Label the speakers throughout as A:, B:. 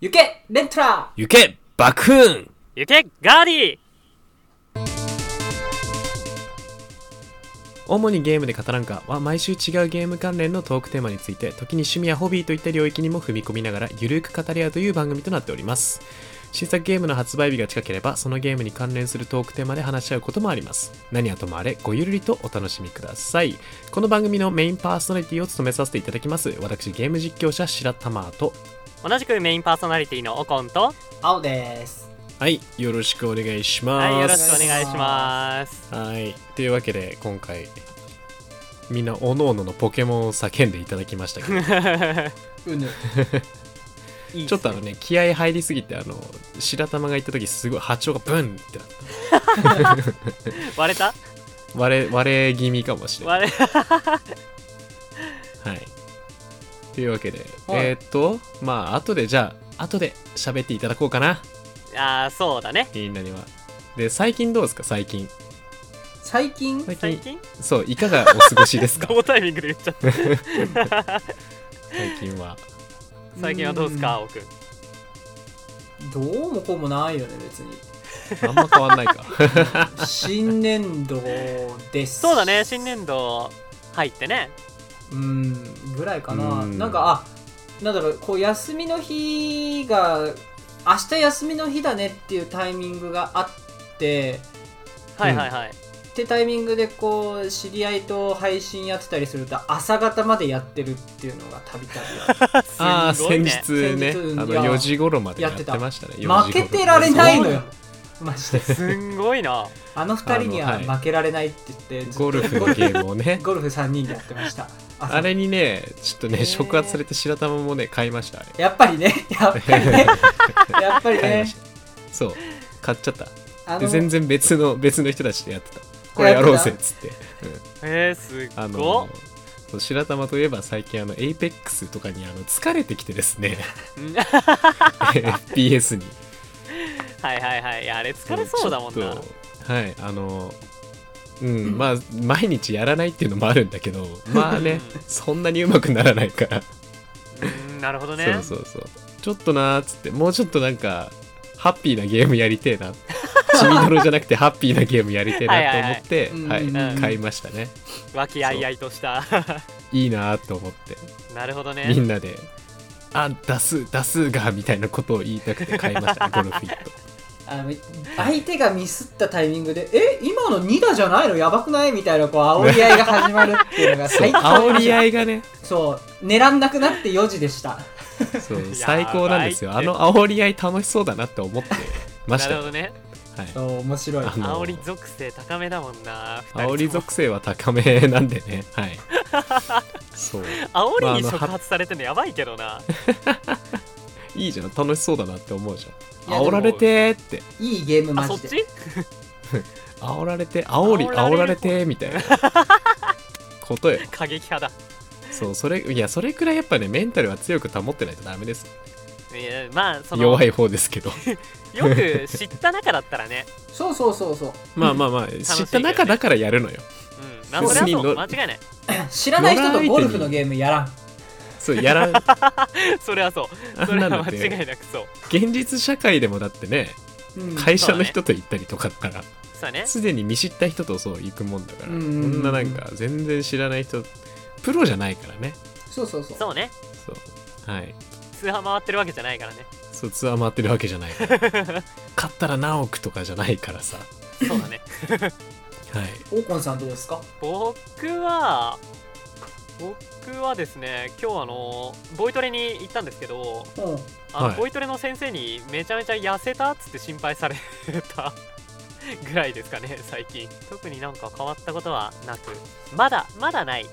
A: 行けレントラ
B: 行け爆風
C: 行けガーリー
B: 主にゲームで語らんかは毎週違うゲーム関連のトークテーマについて時に趣味やホビーといった領域にも踏み込みながらゆるく語り合うという番組となっております新作ゲームの発売日が近ければそのゲームに関連するトークテーマで話し合うこともあります何はともあれごゆるりとお楽しみくださいこの番組のメインパーソナリティを務めさせていただきます私ゲーム実況者白玉と
C: 同じくメインパーソナリティのオコンと
A: 青です。
B: はいよろしくお願いします
C: はいよろ
A: く
C: しくお願いします
B: はい、というわけで今回みんなおのおののポケモンを叫んでいただき ましたけど
A: うぬ。
C: いい
B: ちょっとあのね気合い入りすぎてあの白玉が行った時すごい波長がブンってなった
C: 割れた
B: 割れ割れ気味かもしれない、
C: 割れ
B: はい、というわけで、
A: はい
B: えーっとまあ後でじゃあ後で喋っていただこうかな
C: ああそうだね
B: みんなにはで最近どうですか最近
A: 最近、
B: 最近
C: 最近
B: そういかがお過ご しですか
C: どのタイミングで言っちゃ った
B: 最近は
C: 最近はどうですか青くん
A: どうもこうもないよね、別に。
B: あんま変わんないか
A: 新年度です。
C: そうだね新年度入ってね
A: うん、ぐらいかな。
B: うん
A: なんか、あ、なんだろう、こう、休みの日が、明日休みの日だねっていうタイミングがあって、
C: はいはいはい、
A: ってタイミングでこう知り合いと配信やってたりすると朝方までやってるっていうのがたびたびあ
B: ああ
C: すごい
B: 先
C: ね
B: 日ね
A: 先日
B: あの
A: いや
B: 4時頃までや
A: やっ
B: って
A: た
B: てましたね4時頃
A: る負けてられないのよマジです
C: んごいな
A: あの二人には
B: あのはい
A: 負けられないって言ってずっと
B: ゴルフのゲームを ね
A: ゴルフ3人でやってました朝
B: あれにねちょっと
C: へー
B: ね触発されて白玉もね買いましたあ れ
A: やっぱりね やっ ぱりねやっぱり
B: 買い
A: ね
B: ましたそう買っちゃった
A: あ
B: で
A: の
B: 全然別の別の人たちでやってたこれやろうぜっつって
C: えー、すっ
B: あ
C: ご
B: のそう白玉といえば最近あの APEX とかにあの疲れてきてですね
C: うん
B: FPS に
C: はいはいはいいやあれ疲れそうだもん
B: ちょ
C: な
B: っとはいあのうんまあ毎日やらないっていうのもあるんだけどまあねそんなにうまくならないから
C: うんなるほどね
B: そうそうそうちょっとなーっつってもうちょっとなんかハッピーなゲームやりて えなちみどろじゃなくてハッピーなゲームやりてえなと思って
A: はい
B: は
A: はいはい
B: い
A: うん
C: うんうん
B: 買いましたね
C: 和気あいあいとした
B: いいなーと思って
C: なるほど
B: み
C: ね
B: んなで「あ出す出すが」みたいなことを言いたくて買いましたねゴルフィ ット
A: あの相手がミスったタイミングで「え今の2打じゃないのやばくない?」みたいなこう煽り合いが始まるっていうのが
B: そう
A: 最
B: 煽り合いがね
A: そう狙んなくなって4時でした
B: そう
C: い
B: 最高なんですよあの煽り合い楽しそうだなって思ってました
C: なる
B: よ
C: ほどね
B: はい
A: そう面白い
B: あの
C: 煽り属性高めだもんな二人とも
B: 煽り属性は高めなんでねはい そう
C: 煽りに
B: まああの
C: 触発されてんのやばいけ どな
B: いいじゃん楽しそうだなって思うじゃん
A: いやでも
B: 煽られてーって
A: いいゲーム
C: あ
A: マ
C: そっ
A: ジで
C: ち
B: 煽られて煽り
C: 煽られる方
B: 煽られてーみたいな ことよ
C: 過激派だ
B: そうそれいやそれくらいやっぱねメンタルは強く保ってないとダメです
C: いやまあその
B: 弱い方ですけ ど
C: よく知った中だったらね
A: そうそうそうそう
B: まあまあまあ知った中だからやるのよ
C: うんまあそれ
B: 別
C: は
B: に
C: そ
B: の
C: う間違い ない
A: 知らない人とゴルフのゲームやらん
B: そうやらん
C: それはそう
B: あ
C: そ
B: ん
C: れ
B: な
C: は
B: のっ
C: 間
B: て
C: 違いなくそう
B: 現実社会でもだってね
A: うん
B: 会社の人と行ったりとかだから
C: そうだね
B: すで、に見知った人とそう行くもんだから
A: う
B: そ
A: ん
B: んななんか全然知らない人プロじゃないからね
A: そうそうそう
C: そうね
B: そうはい
C: 通販回ってるわけじゃないからね
B: そうツアー回ってるわけじゃないから 買ったら何億とかじゃないからさ
C: そうだね
B: はい
A: オーコンさんどうですか
C: 僕は僕はですね今日あのボイトレに行ったんですけど
A: うん
C: あの、
B: はい
C: ボイトレの先生にめちゃめちゃ痩せたっつって心配された ぐらいですかね最近特になんか変わったことはなくまだまだない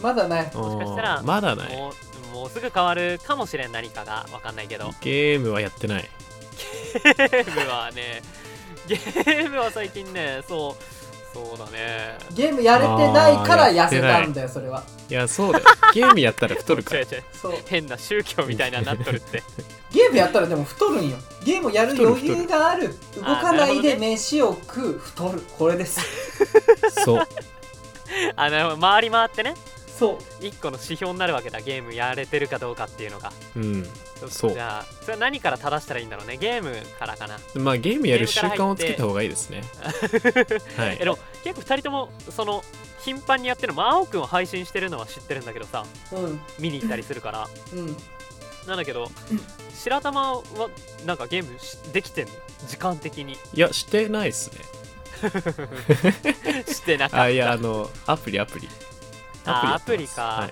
A: まだない
B: も
C: しかしたら
B: まだない
C: もうもうすぐ変わるかもしれん何かがわかんな いけど
B: ゲームはやってない
C: ゲームはねゲームは最近ねそうそうだね
A: ゲームやれてないから痩せたんだよそれはい
B: やそうだよ ゲームやったら太るか
C: 違う
B: ら
C: 違う
A: そう
C: 変な宗教みたいなのになっとるって
A: ゲームやったらでも太るんよゲームやる余裕がある動
C: る
A: かない
C: あーなる
A: で
C: ほど
A: 飯を 食う太るこれです
B: そう
C: あの回り回ってね
A: そう
C: 一個の指標になるわけだゲームやれてるかどうかっていうのが
B: うん
C: ちょっと
B: そう
C: じゃあそれは何から正したらいいんだろうねゲームからかな
B: まあゲームやる
C: ゲ
B: 習
C: ームか
B: 慣
C: ら入
B: を
C: っ
B: つ
C: て
B: けた方がいいですねは
C: え
B: い
C: でも結構2人ともその頻繁にやってるのまあ青くんを配信してるのは知ってるんだけどさ
A: うん
C: 見に行ったりするから
A: うん
C: なんだけど
A: うん
C: 白玉はなんかゲームしできてんの時間 的に
B: いやしてないですね
C: してなかった
B: あいやあのアプリアプリ
C: あ
B: やってます
C: アプリか
B: はい、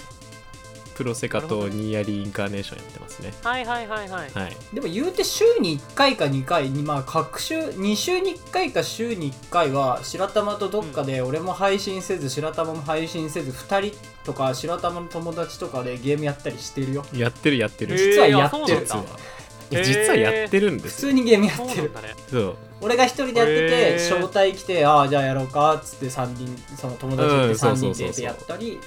B: プロセカとニーヤリーインカーネーションやってますね
C: はいはいはいはい
B: はい
A: でも言うて週に1回か2回にまあ各週2週に1回か週に1回は白玉とどっかで俺も配信せず白玉も配信せず2人とか白玉の友達とかでゲームやったりしてるよ
B: やってるやってる
C: へー
A: 実はやって
C: え
A: る
C: ーあ
B: 実
C: そう
B: は
C: なんだ
B: いや実はやってるんで
A: 普
B: すよ
A: 通にゲームや
C: そう
A: って
C: な
A: る
C: んだね
B: そう
A: 俺が一人でやってて、
C: へー
A: 招待来てああじゃあやろうかっつって3人その友達
B: う
A: で
B: んそう
A: 3
B: そうそうそう
A: 人でやったり、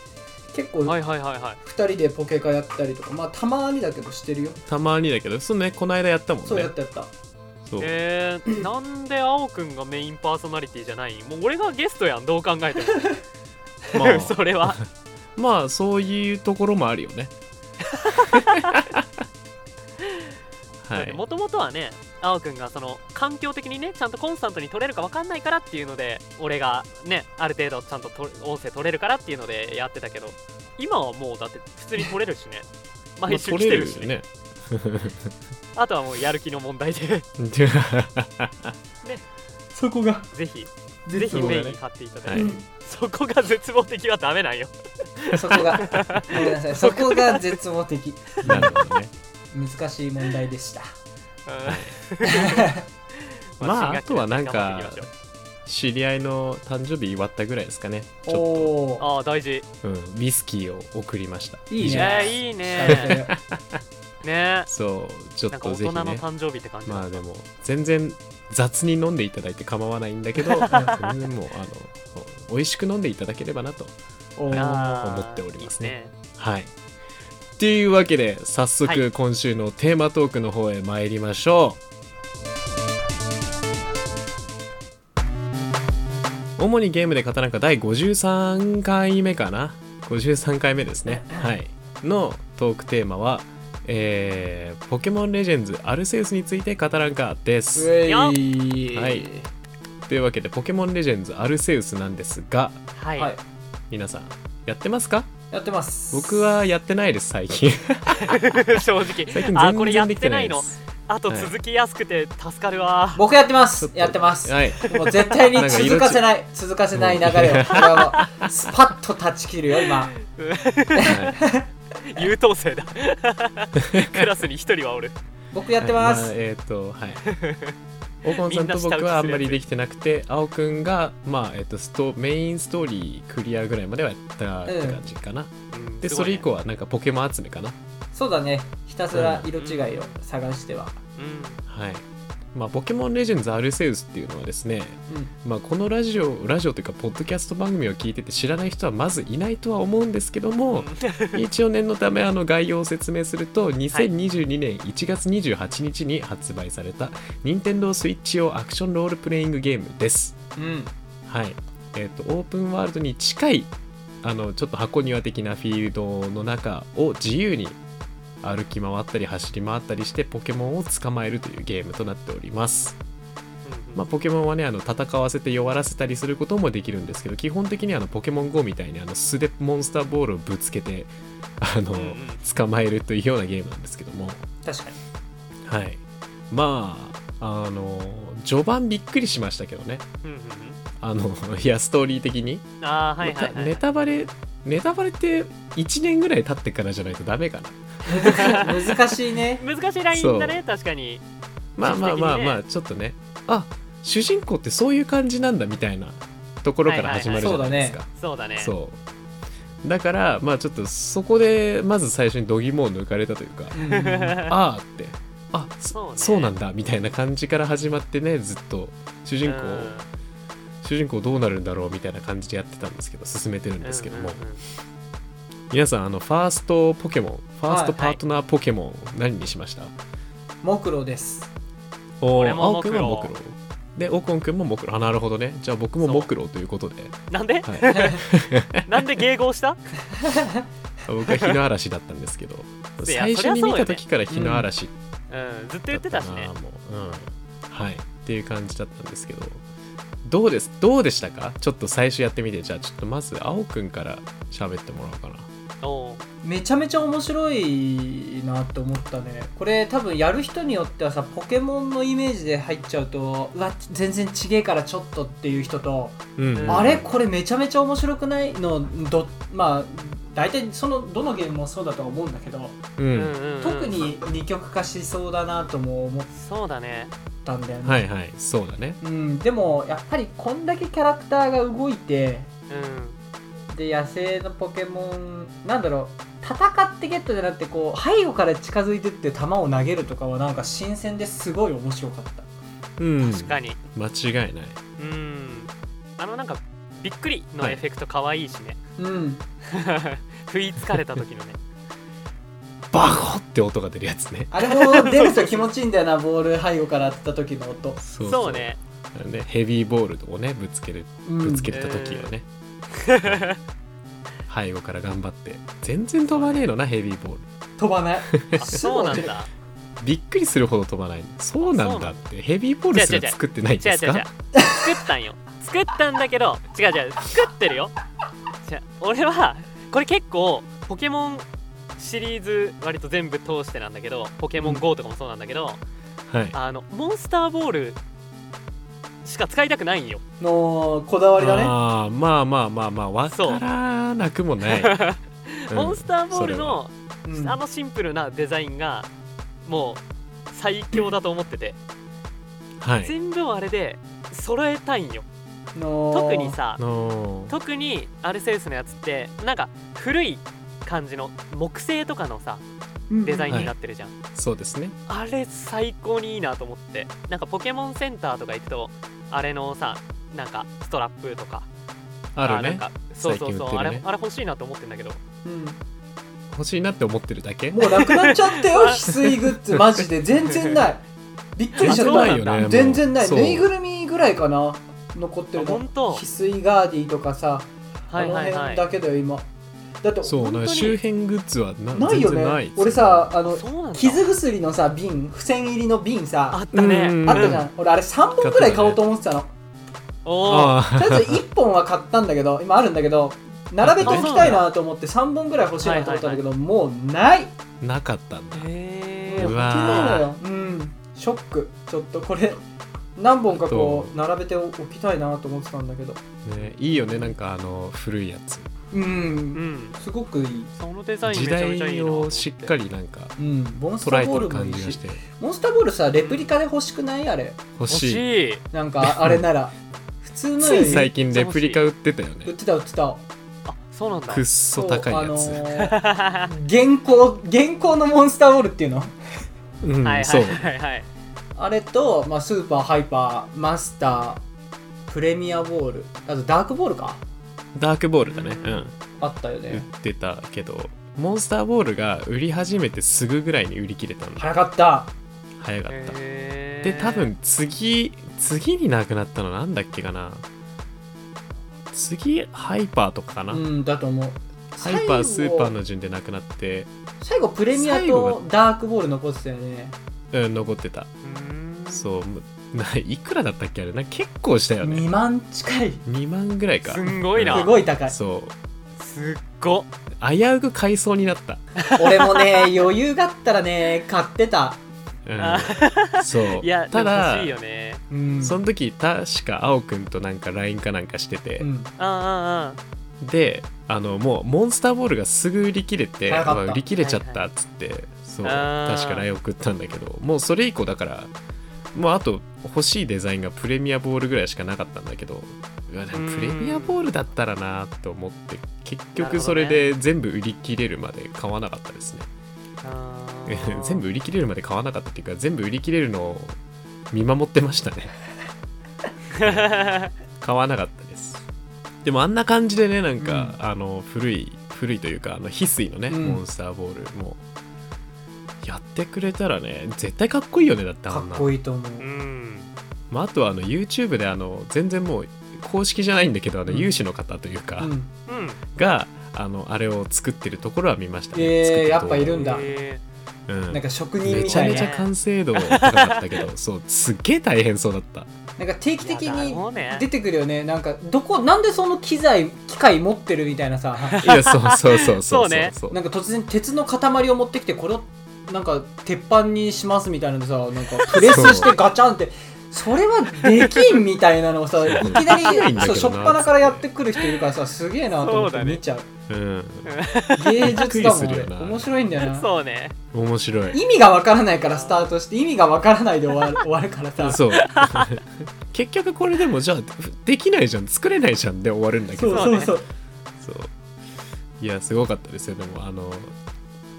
A: 結構
C: は
A: 2
C: いはいはいはい
A: 人でポケカやったりとかまあたまにだけどしてるよ
B: たまにだけどそうねこの間やったもんね
A: そうやったやった
B: そう
C: えー、なんで青くんがメインパーソナリティじゃないもう俺がゲストやんどう考えても、
B: まあ
C: それは
B: まあそういうところもあるよ ねはい
C: もともとはね青くんがその環境的にねちゃんとコンスタントに取れるか分かんないからっていうので俺がねある程度ちゃんとと音声取れるからっていうのでやってたけど今はもうだって普通に取れるし ね
B: まあ
C: 毎週来
B: 取
C: て
B: れ
C: るしね,、
B: ね
C: あ、とはもうやる気の問題で
A: そこが
C: ぜひぜ
A: 絶
C: ひ
A: 望
C: メ
A: が
C: インに
A: ね
C: 買っていただい
B: は
C: て、
B: い
C: そこが絶望的はダメなんよ
A: うんそこがごめんなさいそこが絶望的
B: なるほどね
A: 難しい問題で した
C: うん
B: まあ
C: 新学期
B: あとはなんか
C: 頑張っていきましょ
B: 知り合いの誕生日祝ったぐらいですかねち
A: おお
B: ょ
C: う
A: ー
C: ああ大事
B: っと、うん、ウイスキーを送りました
A: いいね
B: 以上
C: えーいい
A: さ れて
C: ね
A: る
C: ね
B: そうちょっ
C: なんか
B: と
C: 大
B: ぜ
C: 人
B: ひ
C: の
B: ね
C: 誕生日って感じ
B: ま
C: だ
B: あ
C: った
B: でも全然雑に飲んでいただいて構わないんだけど全然もうあの美味しく飲んでいただければなと
A: おー
C: あー
B: 思っておりますね
C: いい
B: はい。っていうわけで早
C: は
B: 速今週のテーマトークの方へ参りましょう。主にゲームで語らんか第53回目かな53回目ですね。はい。のトークテーマは、えーポケモンレジェンズアルセウスについて語らんかです。
A: うえい
C: よ
B: はいというわけで、ポケモンレジェンズアルセウスなんですが、
C: はい、
A: はい
B: 皆さん、やってますか
A: やってます
B: 僕はやってないです、最 近。
C: 正直
B: 最近
C: あー
B: 全
C: これ
B: 然
C: やっ
B: できて
C: て
B: な
C: ないい
B: で
C: の
B: す。
C: あと
B: はい
C: 続きやすくて助かるわ
A: 僕やってま
B: ちょっ
A: す
B: と
A: やってます
B: はい。
A: もう絶対に
B: なんか色
A: 続かせない続かせない流れ をこれはもうスパッと断ち切るよ今
B: は
C: 優等 生だクラスに一人はおる
A: 僕
B: い
A: やってま
B: はいあ
A: す
B: えっ、と、 はい。大ンさんと僕はあんまりできてなくて、青くんが、まあ、えっ、と、スト、メインストーリークリアぐらいまではやったって感じかな。で、それ以降、はなんかポケモン集めかな。
A: そうだねひたすら色違いを探しては
C: すごい
B: は
C: ね
B: い。まあ、ポケモンレジェンズアルセウスっていうのはですね、
A: うん
B: まあ、このラジオ、ラジオというか、ポッドキャスト番組を聞いてて知らない人はまずいないとは思うんですけど
C: うんう
B: も
C: ん、
B: 一応念のためあの概要を説明すると2022年1月28日に発売された任天堂 Switch 用アクションロールプレイングゲームです。
A: うん
B: はいえー、とオープンワールドに近いあのちょっと箱庭的なフィールドの中を自由に歩き回ったり走り回ったりしてポケモンを捕まえるというゲームとなっております。まあ、ポケモンはねあの戦わせて弱らせたりすることもできるんですけど基本的にはあのポケモン GO みたいにあの素でモンスターボールをぶつけてあの、
C: うんうん
B: 捕まえるというようなゲームなんですけども、
A: 確かに
B: はい、まああの序盤びっくりしましたけどね
C: うんうん
B: あのいやストーリー的に、
C: うんああはいはい
B: ま
C: は
B: あ
C: い
B: ネタバレネタバレって1年ぐらい経ってからじゃないとダメか な
A: 難しいね
C: 難しいラインだね確かに
B: まあまあまあ
C: 時期的にね
B: まあちょっとねあ主人公ってそういう感じなんだみたいなところから始まるじゃないですか、
C: そうだね
B: そうだからまあちょっとそこでまず最初に度肝を抜かれたというか
A: うん
B: あーってあそ,、
C: そううね
B: なんだみたいな感じから始まってねずっと主人公、
C: うん
B: 主人公どうなるんだろうみたいな感じでやってたんですけど進めてるんですけども、
C: うんうんうん
B: 皆さんあのファーストポケモンファースト
A: はい
B: パートナーポケモン、何にしました
A: モクロです
B: お
C: 俺
B: ー
C: も
B: 青くんは
C: モ
B: モ
C: ク
B: ク
C: ロ
B: ロでオコン君も目論あなるほどねじゃあ僕も目論ということで、
C: なんで
B: はい、
C: なんで迎合した
B: 僕は日の嵐だったんですけど
C: いや
B: 最初に見た
C: そりゃそうよね
B: 時から日の嵐っ
C: うんずっと
B: だ
C: 言っ
B: ってた
C: た
B: な
C: しね
B: もう、うん、はいっていう感じだったんですけどどうですどうでしたかちょっと最初やってみてじゃあちょっとまず青くんから喋ってもらおうかな
C: おう
A: めちゃめちゃ面白いなって思ったねこれ多分やる人によってはさポケモンのイメージで入っちゃうとうわ全然ちげえからちょっとっていう人と、
B: うん、
C: うん
A: あれこれめちゃめちゃ面白くないのどまあ大体そのどのゲームもそうだとは思うんだけど、
B: う、
C: うんんうんうん
A: 特に二極化しそうだなとも思っ
C: そうだね
A: たんだよね、
B: はいはいそうだね
A: うん、でもやっぱりこんだけキャラクターが動いて
C: う
A: で野生のポケモンなんだろう戦ってゲットじゃなくてこう背後から近づいてって球を投げるとかはなんか新鮮ですごい面白かった
B: うん
C: ん確かに
B: 間違いない
C: うんあのなんかびっくりの
B: はい
C: エフェクト可愛いしね、
A: うん
C: 食いつかれた時のね
B: バコって音が出るやつね
A: あれも出ると気持ちいいんだよなボール背後から当てた時の音
B: そ
C: そうね
B: あのねヘビーボールをねぶつける
A: うん
B: ぶつけた時をね、背後から頑張って全然飛ばねえのなヘビーボール
A: 飛ばない
C: あそうなんだ
B: びっくりするほど飛ばないそうなんだってヘビーボールすら作ってないん
C: 違
B: で
C: う違う違う
B: すか
C: 作ったんよ作ったんだけど違う違う作ってるよ違う俺はこれ結構ポケモンシリーズ割と全部通してなんだけどポケモン GO とかもそうなんだけど、
B: はい
C: あのモンスターボールしか使いたくないんよ
A: のこだわりだね
B: ああまあまあまあまあわからなくもない、うん
C: モンスターボールの
A: うん
C: あのシンプルなデザインがもう最強だと思ってて、
B: それははい
C: 全部をあれで揃えたいんよ
A: の
C: 特にさ
B: の
C: 特にアルセウスのやつってなんか古い感じの木製とかのさデザインになってるじゃん、
B: そうですね
C: あれ最高にいいなと思ってなんかポケモンセンターとか行くとあれのさなんかストラップとか
B: ある
C: なん
B: ね
C: かそうそうそ
B: 最
C: う、
B: 近売
C: あ
B: ってる
C: れ
B: ね
C: あれ欲しいなと思ってんだけど
A: うん
B: 欲しいなって思ってるだけ
A: もうなくなっちゃったよ 翡翠グッズマジで全然ないびっくりしちゃった
C: あそうなんだ
B: もう
A: 全然ない
B: そう
A: ぬいぐるみぐらいかな残ってる
C: あ
A: の
C: 本当
A: 翡翠ガーディとかさ、
C: はいは
A: あ
C: い
A: の
C: は
A: 辺
C: い
A: だけだよ今だって
B: そう
A: 本当
B: なん
A: に
B: か周辺グッズはな
A: ないよ
B: 全然ない
A: ね俺さあの
C: そうなんだ
A: 傷薬のさ瓶付箋入りの瓶
C: あ
A: さ
C: ったね
B: うん
A: あったじゃん、俺あれ3本ぐらい買おうと思ってたの
C: おお
B: あ
A: とりあえず
B: ー
A: 1本は買ったんだけど今あるんだけど並べておきたいなと思って3本ぐらい欲しいなと思ったんだけど、もうない
B: なかったんだ
C: へ
A: え
C: え
A: ー
B: う
C: ー、
B: わー
A: 本当にないのようんショックちょっとこれ何本かこう並べておきたいなと思ってたんだけど
B: ね、いいよねなんかあの古いやつ
A: うん、
C: うん
A: すごくいい
C: そのデザイン
B: 時
C: めちゃめちゃ
B: 代
C: いいなと思
B: を
C: て
B: しっかりなんか
A: うんモンスタ
B: 捉え
A: ーボ
B: て
A: ール
B: る
A: もい
B: 感
A: い
B: じがし
A: してモンスターボールさレプリカで欲しくないあれ
B: 欲
C: 欲
B: しい
C: しい
A: なん かあれなら普通の
B: つ
A: よ
B: い
A: り
B: 最近レプリカ売ってたよ
A: 売っ
B: ね
A: てた売ってた
C: あそうなんだ
B: くっそ高いやつ、
A: そうあの ー現行現行のモンスターボールっていうの
B: うん、
C: はいは
B: そ
C: いうはいはい
A: あれと、まあ、スーパーハイパーマスタープレミアボールあとダークボールか
B: ダークボールだね
C: う
B: うんん
A: あったよ
B: 売っ
A: ね
B: てたけどモンスターボールが売り始めてすぐぐらいに売り切れたんだ
A: 早かった
B: 早かった
C: へー
B: で多分次次になくなったのなんだっけかな次ハイパーとかかな、
A: うんだと思う
B: ハイパース
A: 最後
B: ーパーの順でなくなって、
A: 最後プレミア
B: 最後
A: とダークボール残ってたよね
B: うん、残ってた
C: うーん
B: そうむないくらだったっけあれな結構したよ
A: 2
B: ね
A: 万近い
B: 2万ぐらいか
C: すんごいな
A: すごい高い
B: そう
C: すっご
B: 危うく買いそうになった、
A: 俺もね余裕があったらね買ってた
C: あ
B: うん、そう
C: いや
B: た
C: でも
B: だ
C: 欲しいよね
A: うん
B: その時確か青くんとなんか LINE かなんかしてて、
A: うん
C: あーあーあ
B: であのもうモンスターボールがすぐ売り切れて、
A: 早かった
B: まあ売り切れちゃったっつって、そう
C: あー
B: 確か LINE 送ったんだけどもうそれ以降だからもうあと欲しいデザインがプレミアボールぐらいしかなかったんだけどうわでも
C: うん
B: プレミアボールだったらなと思って結
C: なるほどね
B: 局それで全部売り切れるまで買わなかったですね
C: ーあー
B: 全 部売り切れるまで買わなかったっていうか全部売り切れるのを見守ってましたね買わなかったですでもあんな感じでねなんか、あの古い古いというかあの翡翠のね、
A: うん
B: モンスターボールもやってくれたらね絶対かっこいいよねだってあ
A: かっ
B: んな
A: こいいと思う
C: うん
B: まあ、あとはあの YouTube であの全然もう公式じゃないんだけどあの
A: うん
B: 有志の方というか、
A: うん
C: うん
B: があのあれを作ってるところは見ました
A: えー
B: ね。作ってるとこ
A: や
B: ろ
A: っぱいるんだ
C: え
B: うん
A: なんか職人
B: め
A: み
B: ちゃ
A: たい
B: め
A: な
B: ちゃ
C: ね
B: 完成度高かったけど そうすっげえ大変そうだった
A: なんか定期的
C: いやだろう
A: に
C: ね
A: 出てくるよねなんかどこなんでその機材機械持ってるみたいなさ
B: いやそうそうそうそう
C: そうね
B: そう
A: なんか突然鉄の塊を持ってきてこれをなんか鉄板にしますみたいなのでさなんかプレスしてガチャンってそれはできんみたいなのをさいきなり
B: ないんだけどな
A: そう初っ端からやってくる人いるからさすげえなと思っ
C: そう
A: て
C: だね
A: 見ちゃう
B: うん
A: 芸術だもん
B: びっくりするよ
A: あ
B: な
A: れ面白いんだよ
C: ー
A: な
C: そうね
B: 面白い
A: 意味がわからないからスタートして意味がわからないで終わる終わるからさ
B: そう結局これでもじゃあできないじゃん作れないじゃんで終わるんだけ
A: そう
B: ど
A: そうそう
B: そういやすごかったですよでもあの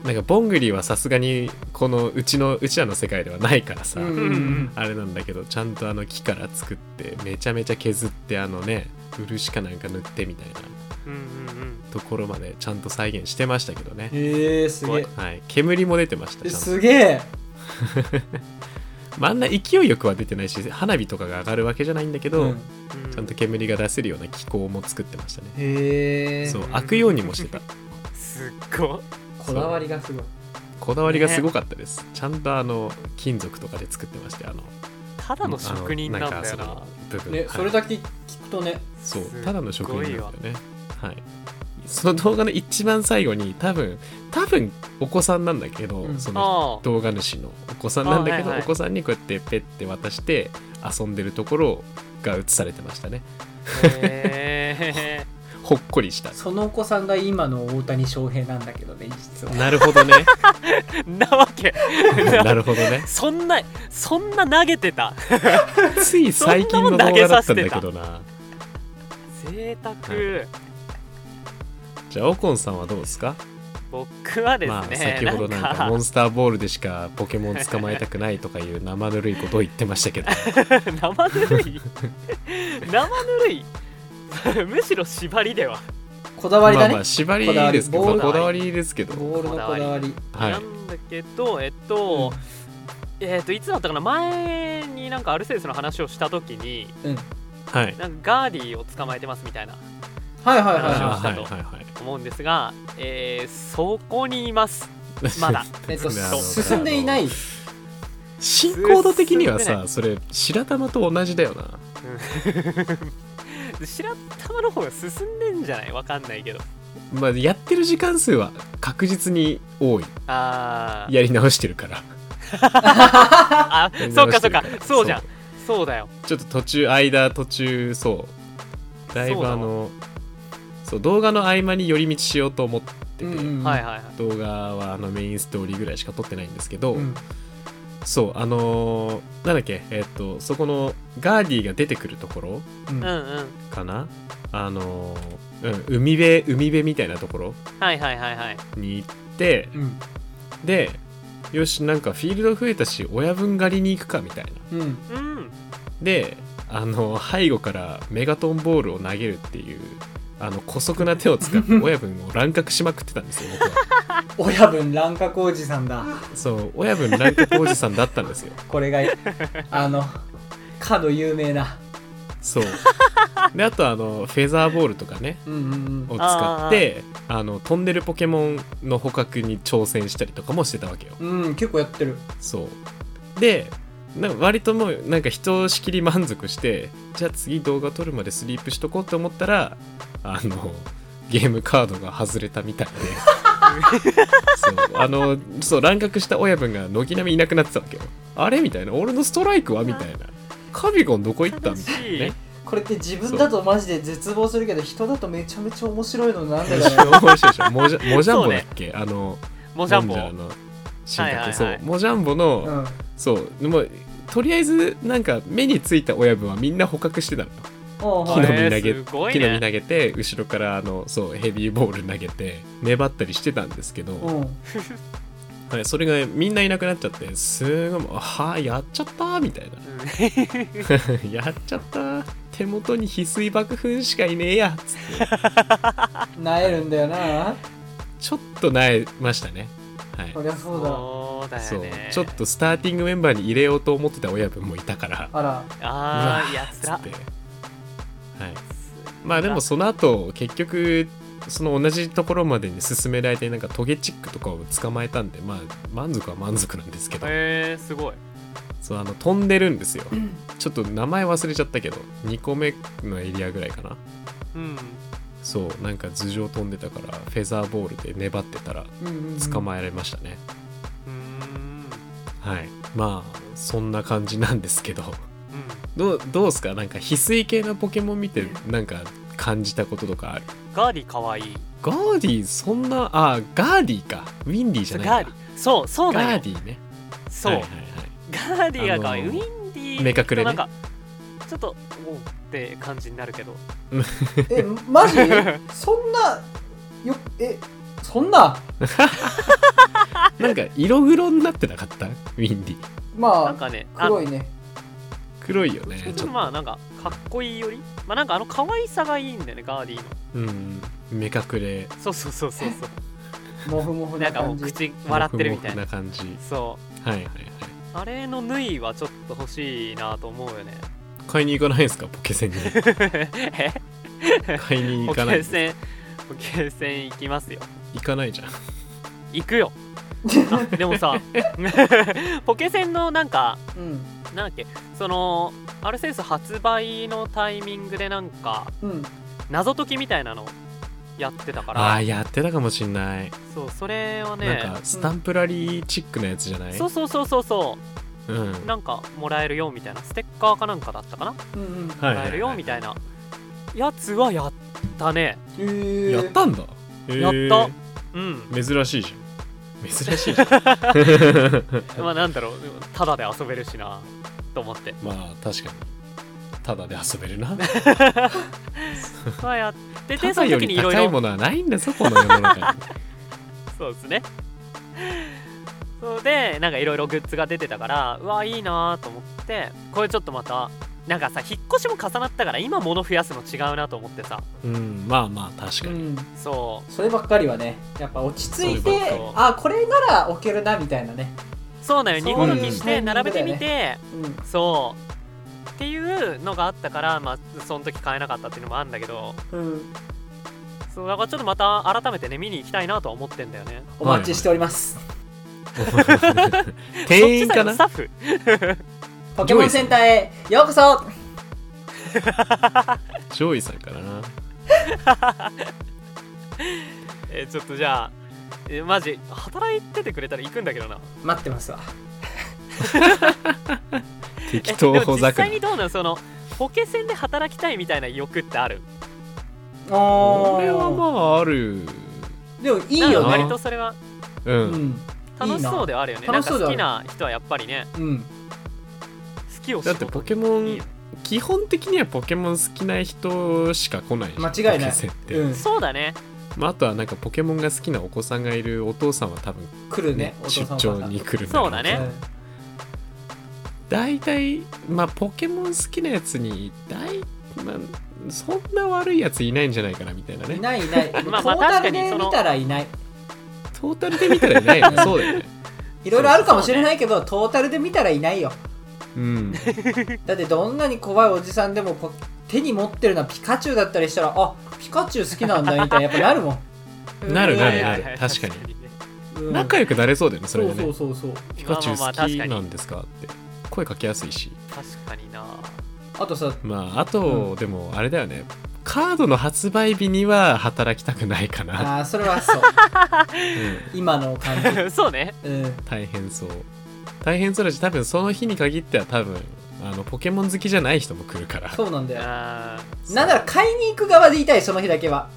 B: なんかボングリーはさすがにこのうちのうちらの世界ではないからさ、
A: うん
C: うんうん
B: あれなんだけどちゃんとあの木から作ってめちゃめちゃ削ってあのね漆かなんか塗ってみたいな
C: うんうん
B: ところまでちゃんと再現してましたけどね、
A: えー、すげえ
B: はい、煙も出てました
A: え
B: ちゃんと、
A: すげえ
B: まあ、あんな勢いよくは出てないし花火とかが上がるわけじゃないんだけど、
A: うん
C: うんうん
B: ちゃんと煙が出せるような気候も作ってましたね、
A: へえ
B: そう開くようにもしてた
C: すっごい
A: こだわりがすごい
B: こだわりがすごかったです、ちゃんとあの金属とかで作ってましてあの
C: ただの職人なんだよ
B: あ
C: な
B: のんかその部分
A: ね、
B: はい
A: それだけ聞くとね、
B: そう
C: すっごいわ
B: ただの職人なんだよねはいその動画の一番最後に多分多分お子さんなんだけど、
A: うん
B: その
C: あ
B: 動画主のお子さんなんだけど、
C: あはいはい
B: お子さんにこうやってペッて渡して遊んでるところが映されてましたね
C: あへえ
B: ほっこりした
A: そのお子さんが今の大谷翔平なんだけどね、実は。
B: なるほど ね
C: なわけ
B: なるほどね
C: そんなそんな投げてた
B: つい最近の動画だったんだけどな
C: 贅沢、
B: はじゃあオコンさんはどうですか
C: 僕はですね、
B: まあ先ほどなんかモンスターボールでしかポケモン捕まえたくないとかいう生ぬるいことを言ってましたけ ど
C: 生ぬる い生ぬるい むしろ縛りでは、
A: こだわりだね。
B: まあまあ縛りですけど
A: こだわり
B: こだわりですけど
A: ボールのこだわり。
B: はい
C: なんだけどえっと、えっといつだったかな前になんかアルセウスの話をした時に
A: うん。
B: はい
C: なんかガーディを捕まえてますみたいな
A: はいはいはい
C: 話を
A: は
B: あ
C: し
B: ーは
C: た
B: い
C: と
B: はいはい
C: 思うんですが、えーそこに いますまだ
A: い。えっと、
B: なるほど
A: 進んでいない。
B: 進行度的には
C: 進んで
B: さ
C: な
B: それ白玉と同じだよな
C: 白玉の方が進んでんじゃないわかんないけど
B: まあやってる時間数は確実に多い
C: あー
B: やり直してるから
C: あ
B: やり
C: そう
B: 直
C: か
B: し
C: そ
B: て
C: う
B: る
C: からそうじゃんそうだよ
B: ちょっと途中間途中そうだいぶあのそう動画の合間に寄り道しようと思ってて、
A: うんうん
C: はいはいはい
B: 動画はあのメインストーリーぐらいしか撮ってないんですけど、
A: うん
B: そうあのーなんだっけえっとそこのガーディが出てくるところ
A: うん
C: うんうん
B: かなあのーうん、海辺海辺みたいなところ
C: はいはいはいはい
B: に行って、
A: うん
B: でよしなんかフィールド増えたし親分狩りに行くかみたいな
A: うん
C: うん
B: であの背後からメガトンボールを投げるっていうあの姑息な手を使って親分を乱獲しまくってたんですよ僕は
A: 親分乱獲おじさんだ
B: そう親分乱獲おじさんだったんですよ
A: これがあのかの有名な
B: そうであとあのフェザーボールとかね
A: うんうんう
B: を
A: ん
B: 使ってあの飛んでるポケモンの捕獲に挑戦したりとかもしてたわけよ
A: うん結構やってる
B: そうでな割ともうなんか人をしきり満足してじゃあ次動画撮るまでスリープしとこうと思ったらあの ゲームカードが外れたみたいで そうあのそう乱獲した親分が軒並みいなくなってたわけよあれみたいな俺のストライクはみたいなカビゴンどこ行ったみたいなね
A: これって自分だとマジで絶望するけど人だとめちゃめちゃ面白いのなんだ
B: 面
A: よね
B: 白いでしょもじゃもじゃんぼだっけ、あの
C: モジャンボ
B: モンジャの進化系、
C: はいはいはい
B: そうモジャンボの、
A: うん
B: そうでもとりあえずなんか目についた親分はみんな捕獲してたの
A: おう
B: 木
A: はい
B: の実投げ、
C: へーすごい
B: 木
C: ね
B: の実投げて後ろからあのそうヘビーボール投げて粘ったりしてたんですけど、
A: うん
B: はい、それがみんないなくなっちゃってすごいもうはあやっちゃったみた いな やっちゃった手元に翡翠爆風しかいねえやつって
A: なえるんだよな
B: ちょっとなえましたねはい
A: そりゃそうだ
C: そうだ
B: そ
C: よ
B: う
C: ね
B: ちょっとスターティングメンバーに入れようと思ってた親分もいたから
A: あら
C: ああいやつ
B: つ
C: ら
B: ってはいまあでもその後結局その同じところまでに進められてなんかトゲチックとかを捕まえたんでまあ満足は満足なんですけど、
C: へえすごい
B: そうあの飛んでるんですよちょっと名前忘れちゃったけど2個目のエリアぐらいかな
C: うん
B: そうなんか頭上飛んでたからフェザーボールで粘ってたら捕
A: え
B: まえられましたね、
C: うーん
B: はいまあそんな感じなんですけど
C: う
B: ど
C: ん
B: うどうすかなんか翡翠系のポケモン見てなんか感じたこととかある
C: ガーディかわいい
B: ガーディそんなあガーディかウィンディじゃない
C: ガーディそうそうだ
B: ガ
C: よ
B: ーディね
C: そう、
B: はいはいはい
C: ガーディが可愛い、
B: あのー
C: ウィンディ
B: 目隠れね
C: なんかちょっとおうって感じになるけど
A: えマジそんなよえそんな
B: なんか色黒になってなかったウィンディ
A: ま
C: なん
A: あ
C: かねあ
A: 黒いね
B: 黒いよねちょっ
C: ちょっと
B: と
C: まあなんかかっこいいよりまあなんかあの可愛さがいいんだよねガーディの
B: うん目隠れ
C: そうそうそうそうそ
A: モフモフ
C: うな
A: なん
C: かもう
A: 感じ
C: 口笑ってるみたいな
B: モフモフな感じ
C: そ
B: はいはいはいう
C: あれの縫いはちょっと欲しいなと思うよね
B: 買いに行かないんですかポケセ ンに
C: え
B: 買いに 行
C: 保
B: かない
C: 険船保険船行きますよ
B: 行かないじゃん
C: 行 くよあでもさ ポケセンのなんか
A: うん
C: なんだっけそのアルセウス発売のタイミングでなんか
A: うん
C: 謎解きみたいなのやってた
B: あ
C: か
B: あ
C: ら
B: ーやってたかもしんない、
C: そうそれはね
B: なんかスタンプラリーチックなやつじゃない、
C: そうそうそうそうそ
B: うん
C: うなんかもらえるよみたいなステッカーかなんかだったかな、
A: うんうん
B: は
C: もらえるよみ
B: い
C: たいなやつはやったね
A: え
B: な
A: ー
B: やったんだ、
C: やったうん
B: た珍しいじゃん珍しいじゃん
C: まあなんだろうただで遊べるしなと 思って
B: まあ確かにただで遊べるな
C: まあやってて
B: た
C: そ
B: だ
C: の
B: よ
C: 時に
B: り
C: いろい
B: 高い
C: ろ
B: ものはないんだぞこの世の中に
C: そうですねそうでなんかいろいろグッズが出てたからうわいいなと思ってこれちょっとまたなんかさ引っ越しも重なったから今物増やすの違うなと思ってさ
B: うんまあまあ
A: う
B: 確かに、
A: ん
C: そ
A: そればっかりはねやっぱ落ち着い
B: それば
A: て
C: っかは
A: あこれなら置けるなみたいなね
C: うそうだよ
A: そう
C: 日本にして並べてみて、
A: うん
C: そうっていうのがあったからまあその時買えなかったっていうのもあるんだけど
A: うん、
C: そうだからちょっとまた改めてね見に行きたいなとは思ってんだよね
A: お待ちしております、
B: 店員
C: そ
B: か
C: っちさ
B: な
C: スタッフ
A: ポケモンセンターへようこそ
B: 上位さんからな
C: えーちょっとじゃあ、えーマジ働いててくれたら行くんだけどな
A: 待ってますわ
B: 適当ほざく
C: え
B: な
C: でも実際にどうなんそのポケセンで働きたいみたいな欲ってある
B: こ
A: お
B: れはまあある
A: でもいい
C: なん
A: よ
C: か
B: な
A: ね
C: 割とそれは
B: う、
A: うんん
C: 楽しそうではあるよね
A: いいな
C: な
A: ん
C: か
A: 楽しそうで
C: 好
A: はあ
C: き
A: る
C: な人はやっぱりね
A: うん
C: 好きを
B: だってポケモン基本的にはポケモン好きな人しか来ないじゃん
A: 間違いない
B: ポケセンって
A: うん
C: そうだね
B: まあ、あとはなんかポケモンが好きなお子さんがいるお父さんは多分
A: 来るね
B: ね
A: お父
B: 出
A: さんお母さん
B: 張に来るん
C: そうだね
B: 大体まあポケモン好きなやつに大、まあ、そんな悪いやついないんじゃないかなみたいな
A: うんい
B: ね
A: ないいないト
C: まあまあ
A: ータルで
C: 確かにその
A: 見たらいない
B: トータルで見たらいないよね そうだよね
A: いろいろあるかもしれないけどトータルで見たらいないよ
B: うん
A: だってどんなに怖いおじさんでもこ手に持ってるのはピカチュウだったりしたらあピカチュウ好きなんだみたいなやっぱなるもん
B: なるなる
A: うん
B: なる確かに
C: ね
A: うん
B: 仲良くなれそうだよねそ
A: そ
B: れ
A: う
B: でね
A: そうそうそう
B: ピカチュウ好
C: まあまあまあ確か
B: き
C: に
B: なんですかって声かけやすいし
C: 確かにな
A: あとさ
B: まああと、でもあれだよねカードの発売日には働きたくないかな、
A: あーそれはそう
B: うん
A: 今の感じ
C: そうね
A: うん
B: 大変そう大変そうだし多分その日に限っては多分あのポケモン好きじゃない人も来るから
A: そうなんだよ
C: あ
A: なんなら買いに行く側でいたいその日だけは、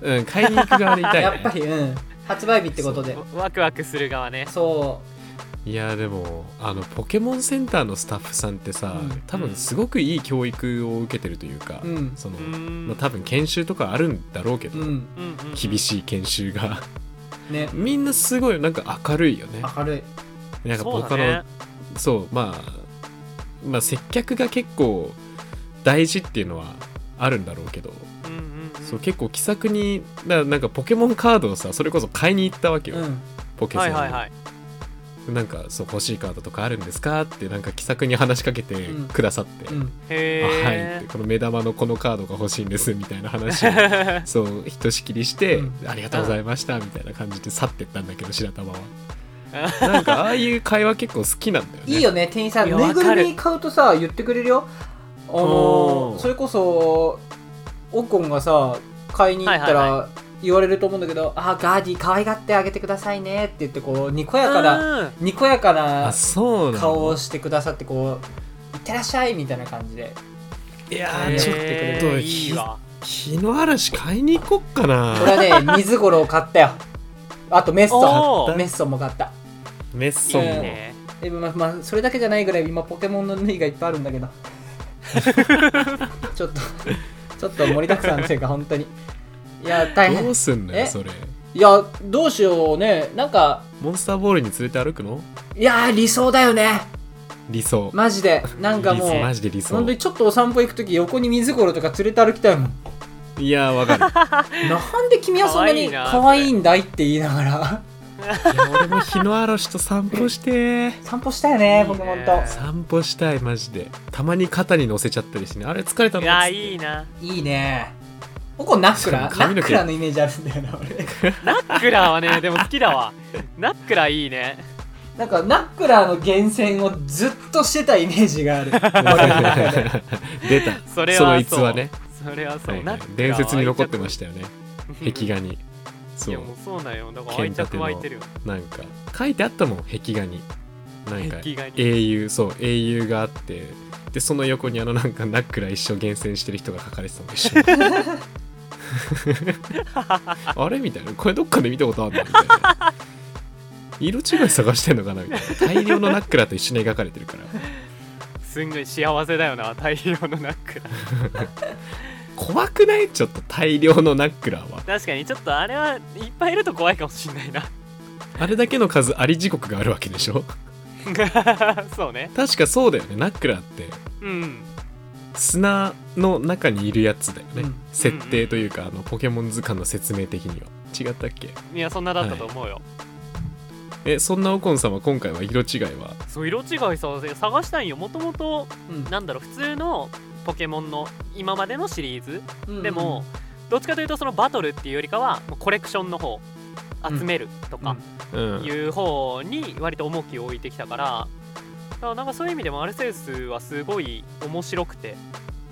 B: うん買いに行く側でいたい、ね、
A: やっぱりうん発売日ってことで
C: ーワクワクする側ね
A: そ
B: いやでもあのポケモンセンターのスタッフさんってさ、
A: うん
B: 多分すごくいい教育を受けてるというか、
A: ううん
B: そうの、
C: ーん
B: まあ、多分研修とかあるんだろうけど、
A: うん
C: うんうんうん
B: 厳しい研修が
A: ね
B: みんなすごいなんか明るいよね
A: 明るい
B: なんか
C: そう
B: 僕
C: だ
B: のそう,、
C: ね
B: まあまあ接客が結構大事っていうのはあるんだろうけど、
C: うんうんうん
B: そう結構気さくにだからなんかポケモンカードをさそれこそ買いに行ったわけよ、
A: うん
B: ポケさん
C: は
B: に
C: いはいはい
B: なんかそう欲しいカードとかあるんですかってなんか気さくに話しかけて
A: うん
B: くださって、
A: うん
B: あはいっ
C: へ
B: てこの目玉のこのカードが欲しいんですみたいな 話を
C: え
B: そうひとしきりして、
A: うん
B: ありがとうございましたみたいな感じで去ってったんだけど 白玉はなんかああいう会話結構好きなんだよね
A: いいよね店員さん
C: いや
A: ぬいぐ
C: わか
A: る
C: る
A: み買うとさ言ってくれるよあの
B: お
A: ー
B: ー
A: それこそオコンがさ買いに行った
C: はいは
A: ら言われると思うんだけど「あーガーディ可愛がってあげてくださいね」って言ってこうにこやかな
C: うん
A: にこやかな
B: あそうなの
A: 顔をしてくださってこう「いってらっしゃい」みたいな感じで
B: いや
A: へ
B: ー
A: ー
B: ちょっ
A: え
B: と
C: いいわ
B: と日の嵐買いに行こっか
A: 俺
B: な
A: はね水五郎買ったよあとメッソ
C: お
B: ー
A: メッソも買った
B: メッソ
C: いい
B: ンも
C: ね
A: でもまあ、まあ、それだけじゃないぐらい今ポケモンの縫いがいっぱいあるんだ けどちょっとちょっと盛りだくさんのせいか本当にいや大
B: ど
A: 変
B: うすんのよ
A: え
B: それ
A: いやどうしようねなんか
B: モンスターボールに連れて歩くの
A: いやー理想だよね
B: 理想
A: マジでなんかもう
B: 理想マジで理想
A: 本当にちょっとお散歩行く時横に水頃とか連れて歩きたい もん
B: いやーわかる
A: なんで君はそんなに可
C: 可
A: 愛
C: 愛
A: い
C: い
A: んだいって言いながら
B: いや俺も日の嵐と散歩して
A: 散歩したよねポケモンと
B: 散歩したいマジでたまに肩に乗せちゃったりしてねあれ疲れた
C: い
B: の
C: や
B: つって
C: いいな
A: いいねここナックラナ
B: しかも髪の
A: ッ
B: 毛
A: クラのイメージあるんだよな俺
C: ナックラは ねでも好きだわナックラいいね
A: なんかナックラーの厳選をずっとしてたイメージがある 俺の中で
B: 出た
C: それは
B: その
C: そう
B: 逸話ね、
C: それはそう、
B: はい
C: ナ
B: は
C: ッ
B: い
C: クラ
B: 伝
C: は
B: 説に残ってましたよね
C: 愛着
B: 壁画に
C: い
B: そ
C: や
B: う
C: もうそうなんよだから愛着湧いてるよ
B: なんか書いてあったもん壁画になんか
C: 壁画に
B: 英雄そう英雄があってでその横にあのなんかナックラ一生厳選してる人が書かれてたの一緒に あれみたいなこれどっかで見たことあるのみたいな色違い探してんのかなみたいな大量のナックラと一緒に描かれてるから
C: すんごい幸せだよな大量のナックラ
B: 怖くないちょっと大量のナックラは
C: 確かにちょっとあれはいっぱいいると怖いかもしんないな
B: あれだけの数あり時刻があるわけでしょ
C: そうね
B: 確かそうだよねナックラって
C: うん
B: 砂の中にいるやつだよね、
A: うん
B: 設定というかあのポケモン図鑑の説明的には違ったっけ
C: いやそんなだったと思うよ、
B: えそんなオコン様今回は色違いは
C: そう色違いさ探したいんよもともとなんだろう普通のポケモンの今までのシリーズ
A: うん
C: でも、どっちかというとそのバトルっていうよりかはもうコレクションの方集めるとか
B: うん
C: いう方に割と重きを置いてきたからだからなんかそういう意味でもアルセウスはすごい面白くて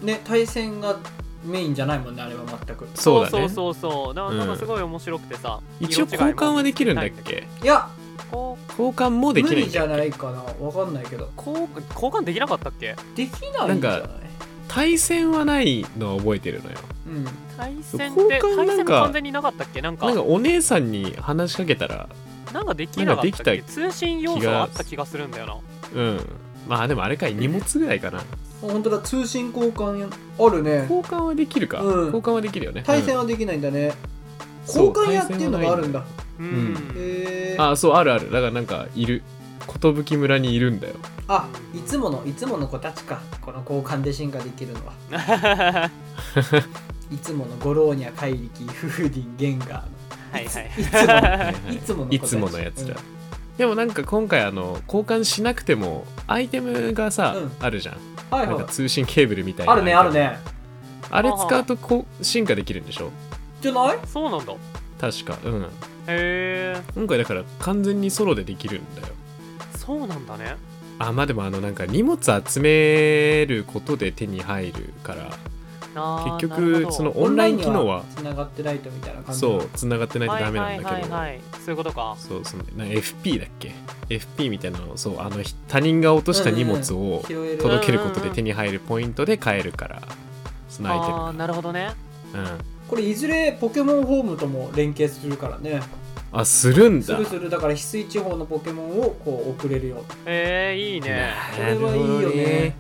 A: ね対戦がメインじゃないもんねあれは全く
B: そうだ
C: そ
B: ね
C: うそうそうだからなんかすごい面白くてさ、
B: 一応
C: 色違
B: 交
C: いも
B: 換はできるんだっけ
A: いや
C: こ
B: 交換もでき
A: 無
B: ない
A: 理
B: ん
A: じ
B: だ
A: ゃ
B: っけ
A: ないかなわかんないけど
C: う交交換できなかったっけ
A: できないんじゃない
B: なん対戦はないのは覚えてるのよ
A: うん
C: 対戦
B: 交
C: っ
B: 換なん
C: て
B: か
C: 対戦が完全になかったっけなんか
B: なんかお姉さんに話しかけたら
C: なんかできなかったっ
B: なんかでき
C: け通信要素はあった気がするんだよな
B: うんまあでもあれかい荷物ぐらいかな
A: 本当だ通信交換あるね
B: 交換はできるか、
A: うん
B: 交換はできるよね
A: 対戦
B: は、
A: はできないんだね、
B: うん
A: 交換やっていうのがあるんだ
C: うん、
B: ん
A: へえ
B: あそうあるあるだからなんかいる寿村にいるんだよ
A: あいつものいつもの子たちかこの交換で進化できるのはいつものゴローニャ怪力フーディンゲンガーの
C: はいはい
A: いつものいつもの子たち
B: いつものやつら、
A: う
B: でもなんか今回あの交換しなくてもアイテムがさ、
A: うん
B: あるじゃん
A: んはい
B: なん
A: はい
B: か通信ケーブルみたいな
A: あるねあるね
B: あれ使うとこう進化できるんでしょ
A: じゃない
C: そうなんだへ
B: 確かうん
C: え
B: 今回だから完全にソロでできるんだよ
C: そうなんだね
B: あまあでもあのなんか荷物集めることで手に入るから
C: あー
B: 結
C: なるほ
B: 局
C: ど
B: そのオンライン機能は
A: つながってないとみたいな感じ
B: そう繋がってないとダメなんだけど、
C: はいはいはいはい、そういうことか
B: そうそのな FP だっけ FP みたいなのをそうあのひ他人が落とした荷物
A: うんうんうん
B: を
A: 拾える
B: 届けることで手に入るポイントで買えるからそのアイテム
C: ああーなるほどね
B: うん、
A: これいずれポケモンホームとも連携するからね
B: あするん
A: す
B: だ
A: るするだから翡翠地方のポケモンをこう送れるよ
C: えー、いいね
A: それはいい
B: なる
A: よ
B: ほど
A: ね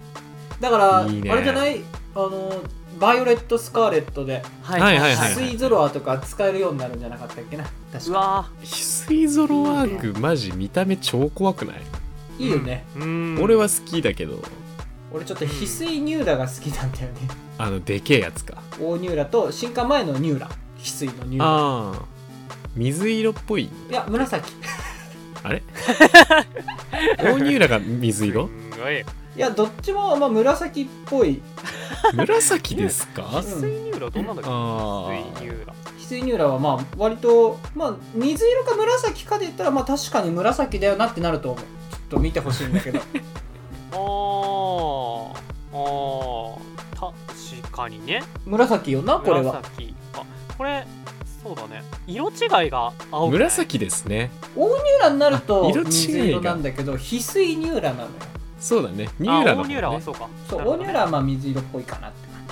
A: だから
B: いいね
A: あれじゃないあのバイオレット・スカーレットで
C: はい
B: はいはい
A: 翡
B: はい
A: 翠ゾロアとか使えるようになるんじゃなかったっけな確
C: う
A: か
C: わ
B: 翡翠ゾロワークマジ見た目超怖くない、
A: いいよね、
C: ーうん
B: 俺は好きだけど
A: 俺ちょっと翡翠ニューラが好きなんだよね
B: あのでけえやつか
A: 大ニューラと進化前のニューラ翡翠のニューラ
B: ああ水色っぽい
A: いや紫
B: 大ニューラが水
C: す
B: 色
C: ごい
A: いやどっちもまあ紫っぽい
B: 紫ですか
C: 水ニューラどんなんだっ
B: あ
C: け水
B: ー
C: ニューラ
A: 翡翠ニューラはまあ割と、まあ、水色か紫かで言ったらまあ確かに紫だよなってなると思うちょっと見てほしいんだけ ど
C: あああー確かにね
A: 紫よなこれは
C: 紫あこれそうだね色違いが青くない
B: 紫ですね
A: 大ニューラになる
B: あ
A: と
B: 色違いが
A: 水色なんだけど翡翠ニューラなのよ
B: そうだねニュ
C: あ
B: ーラの
C: 大
B: 方
C: ニ
B: ね
C: ューラはそうか
A: そう
C: なる
A: 大
C: ほ
A: ニ
C: どね
A: ューラはまあ水色っぽいかなって感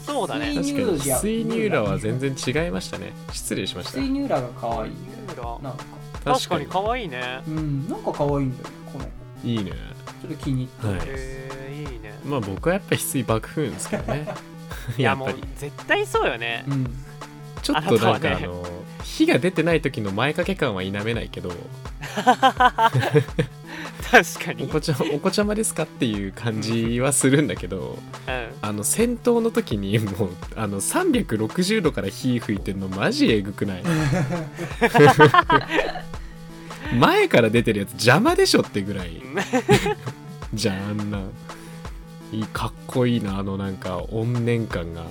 A: じ
C: そうだね
A: 水
B: 確かに水ニューラは全然違いましたね失礼しま
A: 翡
B: した
A: 翠ニューラが可愛い
C: ニューラ
A: なんか
C: 確かに可愛いね
A: うんなんか可愛いんだよねこの子
B: いいね
A: ちょっと気に入って
B: はい
C: へえいいね
B: まあ僕は やっぱ翡翠爆風雲ですけどね
C: いや
B: やっ
C: も
B: ぱ
C: う
B: り
C: 絶対そうよね
A: うん
B: ちょっとなんか
C: あな
B: あ
C: た
B: の火が出てない時の前掛け感は否めないけど
C: 確かに、
B: お
C: うん
B: 子、ちゃお子ちゃまですかっていう感じはするんだけどあの戦闘の時にもうあの360度から火吹いてんのマジえぐくない前から出てるやつ邪魔でしょってぐらいじゃああんないいかっこいいなあのなんか怨念感が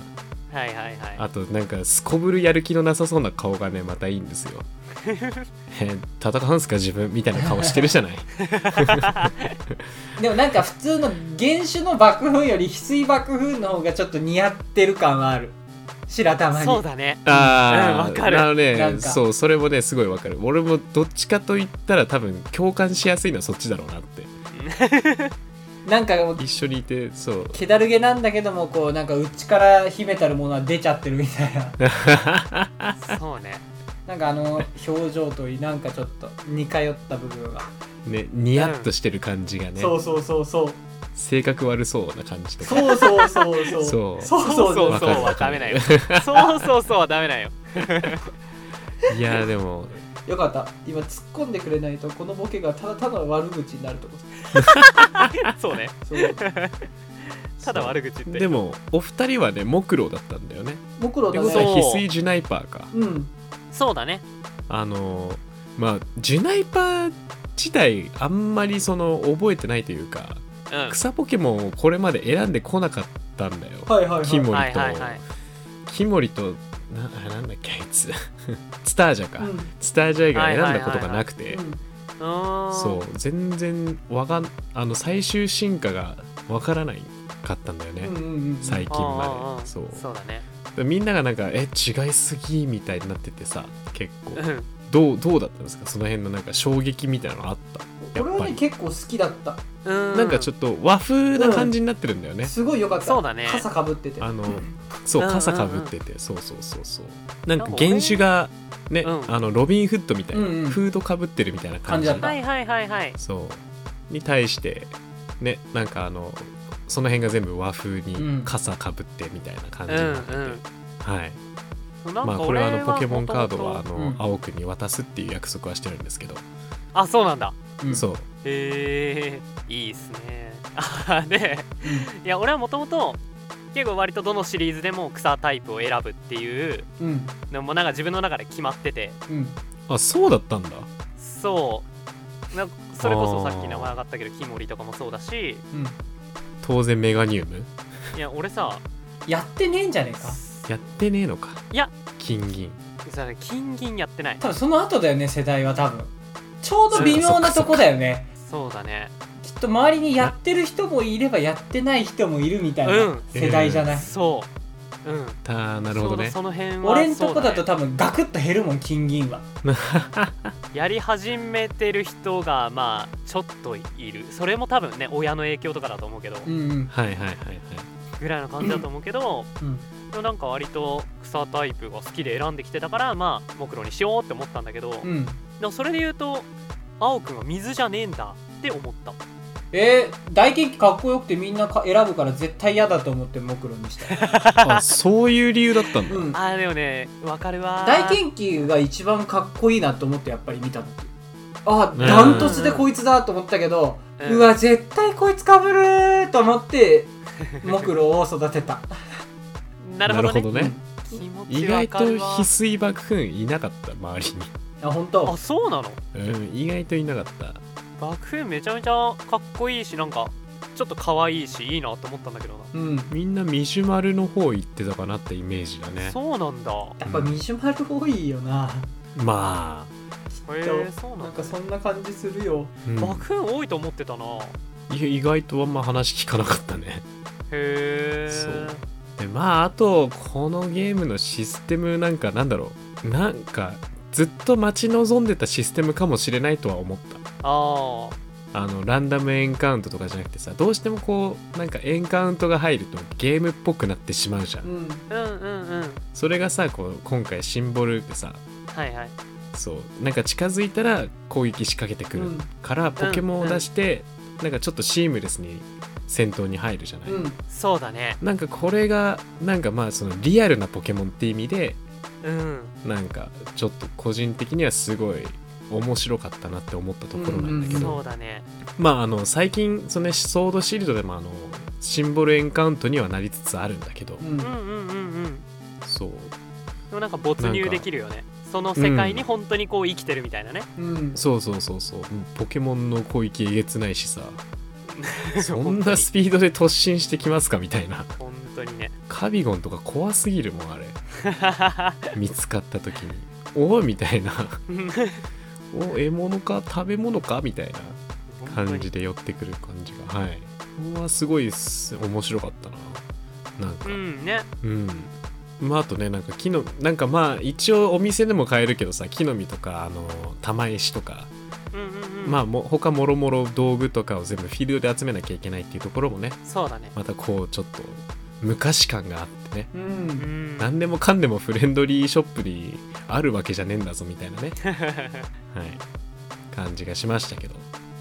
C: はいはいは
B: あとなんかすこぶるやる気のなさそうな顔がねまたいいんです よえ戦うんすか自分みたいな顔してるじゃない
A: でもなんか普通の原種の爆風より翡翠爆風の方がちょっと似合ってる感はある白玉
C: い
A: に
C: そうだね
B: ああ、
C: うんわかる
B: あの
A: な
B: ね
A: んか
B: そうそれもねすごいわかる俺もどっちかと言ったら多分共感しやすいのはそっちだろうなって
A: なんかもう
B: 一緒にいてそう
A: 気だるげなんだけどもこうなんか内から秘めたるものは出ちゃってるみたいな
C: そうね
A: なんかあの表情といいなんかちょっと似通った部分が、
B: ねニヤッとしてる感じがね、
A: そうそうそうそう
B: 性格悪そうな感じとか
A: そうそうそうそうそう
B: そう
A: そう
C: そ
A: そうう
C: そうはダメだよそうそうそうはダメだよ
B: いや でも
A: よかった今突っ込んでくれないとこのボケがただただ悪口になると思う
C: そうね
A: そう
C: ただ悪口言って
B: でもお二人はね木狼だったんだよね
A: 僕ら
B: って
A: だ
B: ことは
A: ね
C: そう
B: 翡翠ジュナイパーか
A: うん
C: そうだね
B: あのまあジュナイパー自体あんまりその覚えてないというか
C: うん
B: 草ポケモンをこれまで選んでこなかったんだよ、
A: はいはいはい
B: キモリと、
C: はいはいはい
B: キモリとなあなんだっけあいつ ツタージャか、
A: うん
B: ツタージャ以外選んだことがなくて、
A: うん
C: うーん
B: そう全然わかんあの最終進化がわからないかったんだよね、
A: うんうんうん
B: 最近
C: うんうん
B: ま
C: うん
B: でそう
C: そうだね
B: でみんながなんかえ違いすぎみたいになっててさ結構
C: うん
B: どうどうだったんですかその辺のなんか衝撃みたいなのあったや
A: 俺
B: っ
A: は
B: ぱ
A: ね
B: り
A: 結構好きだった
C: う
B: なんかちょっと和風な感じになってるんだよね、
A: すごい良かった
C: そうだね
A: 傘かぶってて
B: あの
A: うん
B: そう
C: うんうんうん
B: 傘かぶってて、そうそうそうそうなんか
C: なんか俺
B: 原種がね、
C: うん
B: あのロビン・フッドみたいな、
A: うんうん
B: フードかぶってるみたいな感じ
A: 感じだっ
C: はいはいはいはい
B: そうに対してねなんかあのその辺が全部和風
A: う
B: に
A: ん
B: 傘かぶってみたいな感
C: う
B: じ
C: ん
B: に
C: う
B: なっ
C: ん
B: てて、はい
C: なん
B: まあ
C: か
B: これ
C: 俺
B: はあのポケモンカードはあ
C: 元々
B: の、
A: うん
B: 青くんに渡すっていう約束はしてるんですけど、
C: あそうなんだ
A: うん
B: そう
C: へえいいっすねあで
A: う
C: いや俺はもともと結構割とどのシリーズでも草タイプを選ぶっていうん
A: うん
C: のもなんか自分の中で決まってて
A: うん
B: あそうだったんだ
C: そうなんかそれこそさっき名前上がったけどキモリとかもそうだし
A: うん
B: 当然メガニウム
C: いや俺さ
A: やってねえんじゃねえか
B: やってねえのか
C: いや
B: 金銀
C: さ金銀やってない
A: 多分その後だよね世代は多分ちょうど微妙なとこだよね
C: そうだね
A: きっと周りにやってる人もいればやってない人もいるみたい
C: うん
A: な世代じゃない、
C: そううん
B: たなるほどね
C: ちょうその辺は
A: 俺んとこだ
C: そう
A: と多分ガクッと減るもん金銀は
C: やり始めてる人がまあちょっといるそれも多分ね親の影響とかだと思うけど
A: うんうん
B: はいはいはいはい
C: ぐらいの感じだと思うけど
A: うん
C: でもなんか割と草タイプが好きで選んできてたからまあ目論にしようって思ったんだけど、
A: うん
C: でもそれで言うと青くんは水じゃねえんだって思った
A: えー、大金かっこよくてみんなか選ぶから絶対嫌だと思ってモクロに した、
B: あそういう理由だったんだ、
A: うん、
C: あーでもねわかるわー
A: 大研究が一番かっこいいなと思ってやっぱり見た時あ
B: うん
A: ダントツでこいつだと思ったけど、う
C: うん
A: わ絶対こいつかぶるーと思ってモクロを育て た
C: なるほどね
B: ね
C: 気持
B: 意
C: ちわ
B: 外
C: かる
B: と
C: わ
B: 翡翠爆風雲いなかった周りに
A: あ本当
C: あそうなの
B: うん、意外といなかった
C: 爆風めちゃめちゃかっこいいしなんかちょっと可愛いしいいなと思ったんだけどな、
A: うんや
B: みんなミシュマルの方行ってたかなってイメージだね
C: そうなんだ
A: っぱミシュマル多いよな
B: ま
C: へえそうなんだ
A: なんかそんな感じするよ
B: あ、うん
C: 爆風多いと思ってたなへ
B: い意外とあんま話聞かなかったね
C: え
B: そうでまああとこのゲームのシステムなんかなんだろうなんかずっと待ち望んでたシステムかもしれないとは思った
C: ああ
B: あのランダムエンカウントとかじゃなくてさどうしてもこうなんかエンカウントが入るとゲームっぽくなってしまうじゃ
A: うんん
C: うんうんうん
B: それがさこう今回シンボルでさ
C: はいはい
B: そうなんか近づいたら攻撃仕掛けてくるからポケモンを出してなんかちょっとシームレスに戦闘に入るじゃない、
A: うんうん
C: そうだね
B: なんかこれがなんかまあそのリアルなポケモンって意味で
C: うん
B: なんかちょっと個人的にはすごい面白かったなって思ったところなんだけど、
A: うん
C: そうだね
B: まああの最近そのねソードシールドでもあのシンボルエンカウントにはなりつつあるんだけど、
A: うん
C: うんうんうんうん
B: そう
C: でもなんか没入できるよねその世界に本当にこう生きてるみたいなね、
A: うん
B: そうそうそうそううんポケモンの攻撃えげつないしさ そん
C: 本当
B: な
C: に
B: スピードで突進してきますかみたいな
C: 本当にね
B: カビゴンとか怖すぎるもんあれ 見つかった時におおみたいな お獲物か食べ物かみたいな 感じ
C: で
B: で寄ってくる感じがはいうわすごいっす面白かったななんか
C: うんね
B: うんまああとねなんか木のなんかまあ一応お店でも買えるけどさ木の実とかあの玉石とか、
C: うんうんうん
B: まあも他もろもろ道具とかを全部フィールドで集めなきゃいけないっていうところもね
C: そうだね
B: またこうちょっと昔感があってね
A: う
C: うんん
B: 何でもかんでもフレンドリーショップにあるわけじゃねえんだぞみたいな ねはい感じがしましたけど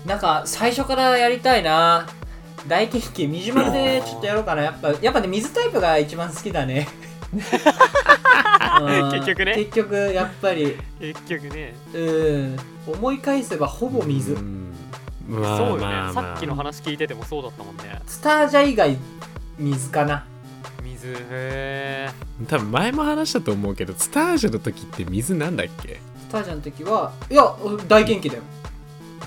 A: なんか最初からやりたいな大景色ミジュマルでちょっとやろうかなやっぱやっぱね水タイプが一番好きだ ねうん
C: 結局ね
A: 結局やっぱり
C: 結局ね
A: うん思い返せばほぼ水、
B: うんまあ
C: そうよね、
B: まあまあ
C: さっきの話聞いててもそうだったもんね
A: スタージャ以外水かな
C: 水へ
B: 多分前も話したと思うけどスタージャの時って水なんだっけ
A: スタージャの時はいや大元気だよ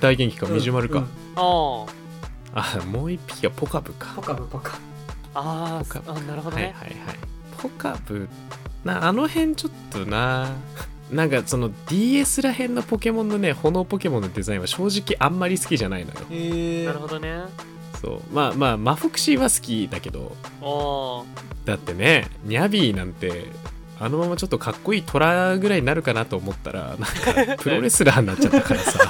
B: 大元気かミジュマル
A: う
B: か、
A: んうん
C: ーあー
B: あもう一匹がポカブか
A: ポカブポカ
C: あ
B: ポ
C: ー
B: カブ
C: あなるほどね、
B: はいはいはいポカブなあの辺ちょっとな なんかその DS ら辺のポケモンのね炎ポケモンのデザインは正直あんまり好きじゃないのよ
A: へえ
C: なるほどね
B: そうまあまあマフクシーは好きだけど
C: おー
B: だってねニャビーなんてあのままちょっとかっこいいトラぐらいになるかなと思ったらなんかプロレスラーになっちゃったからさ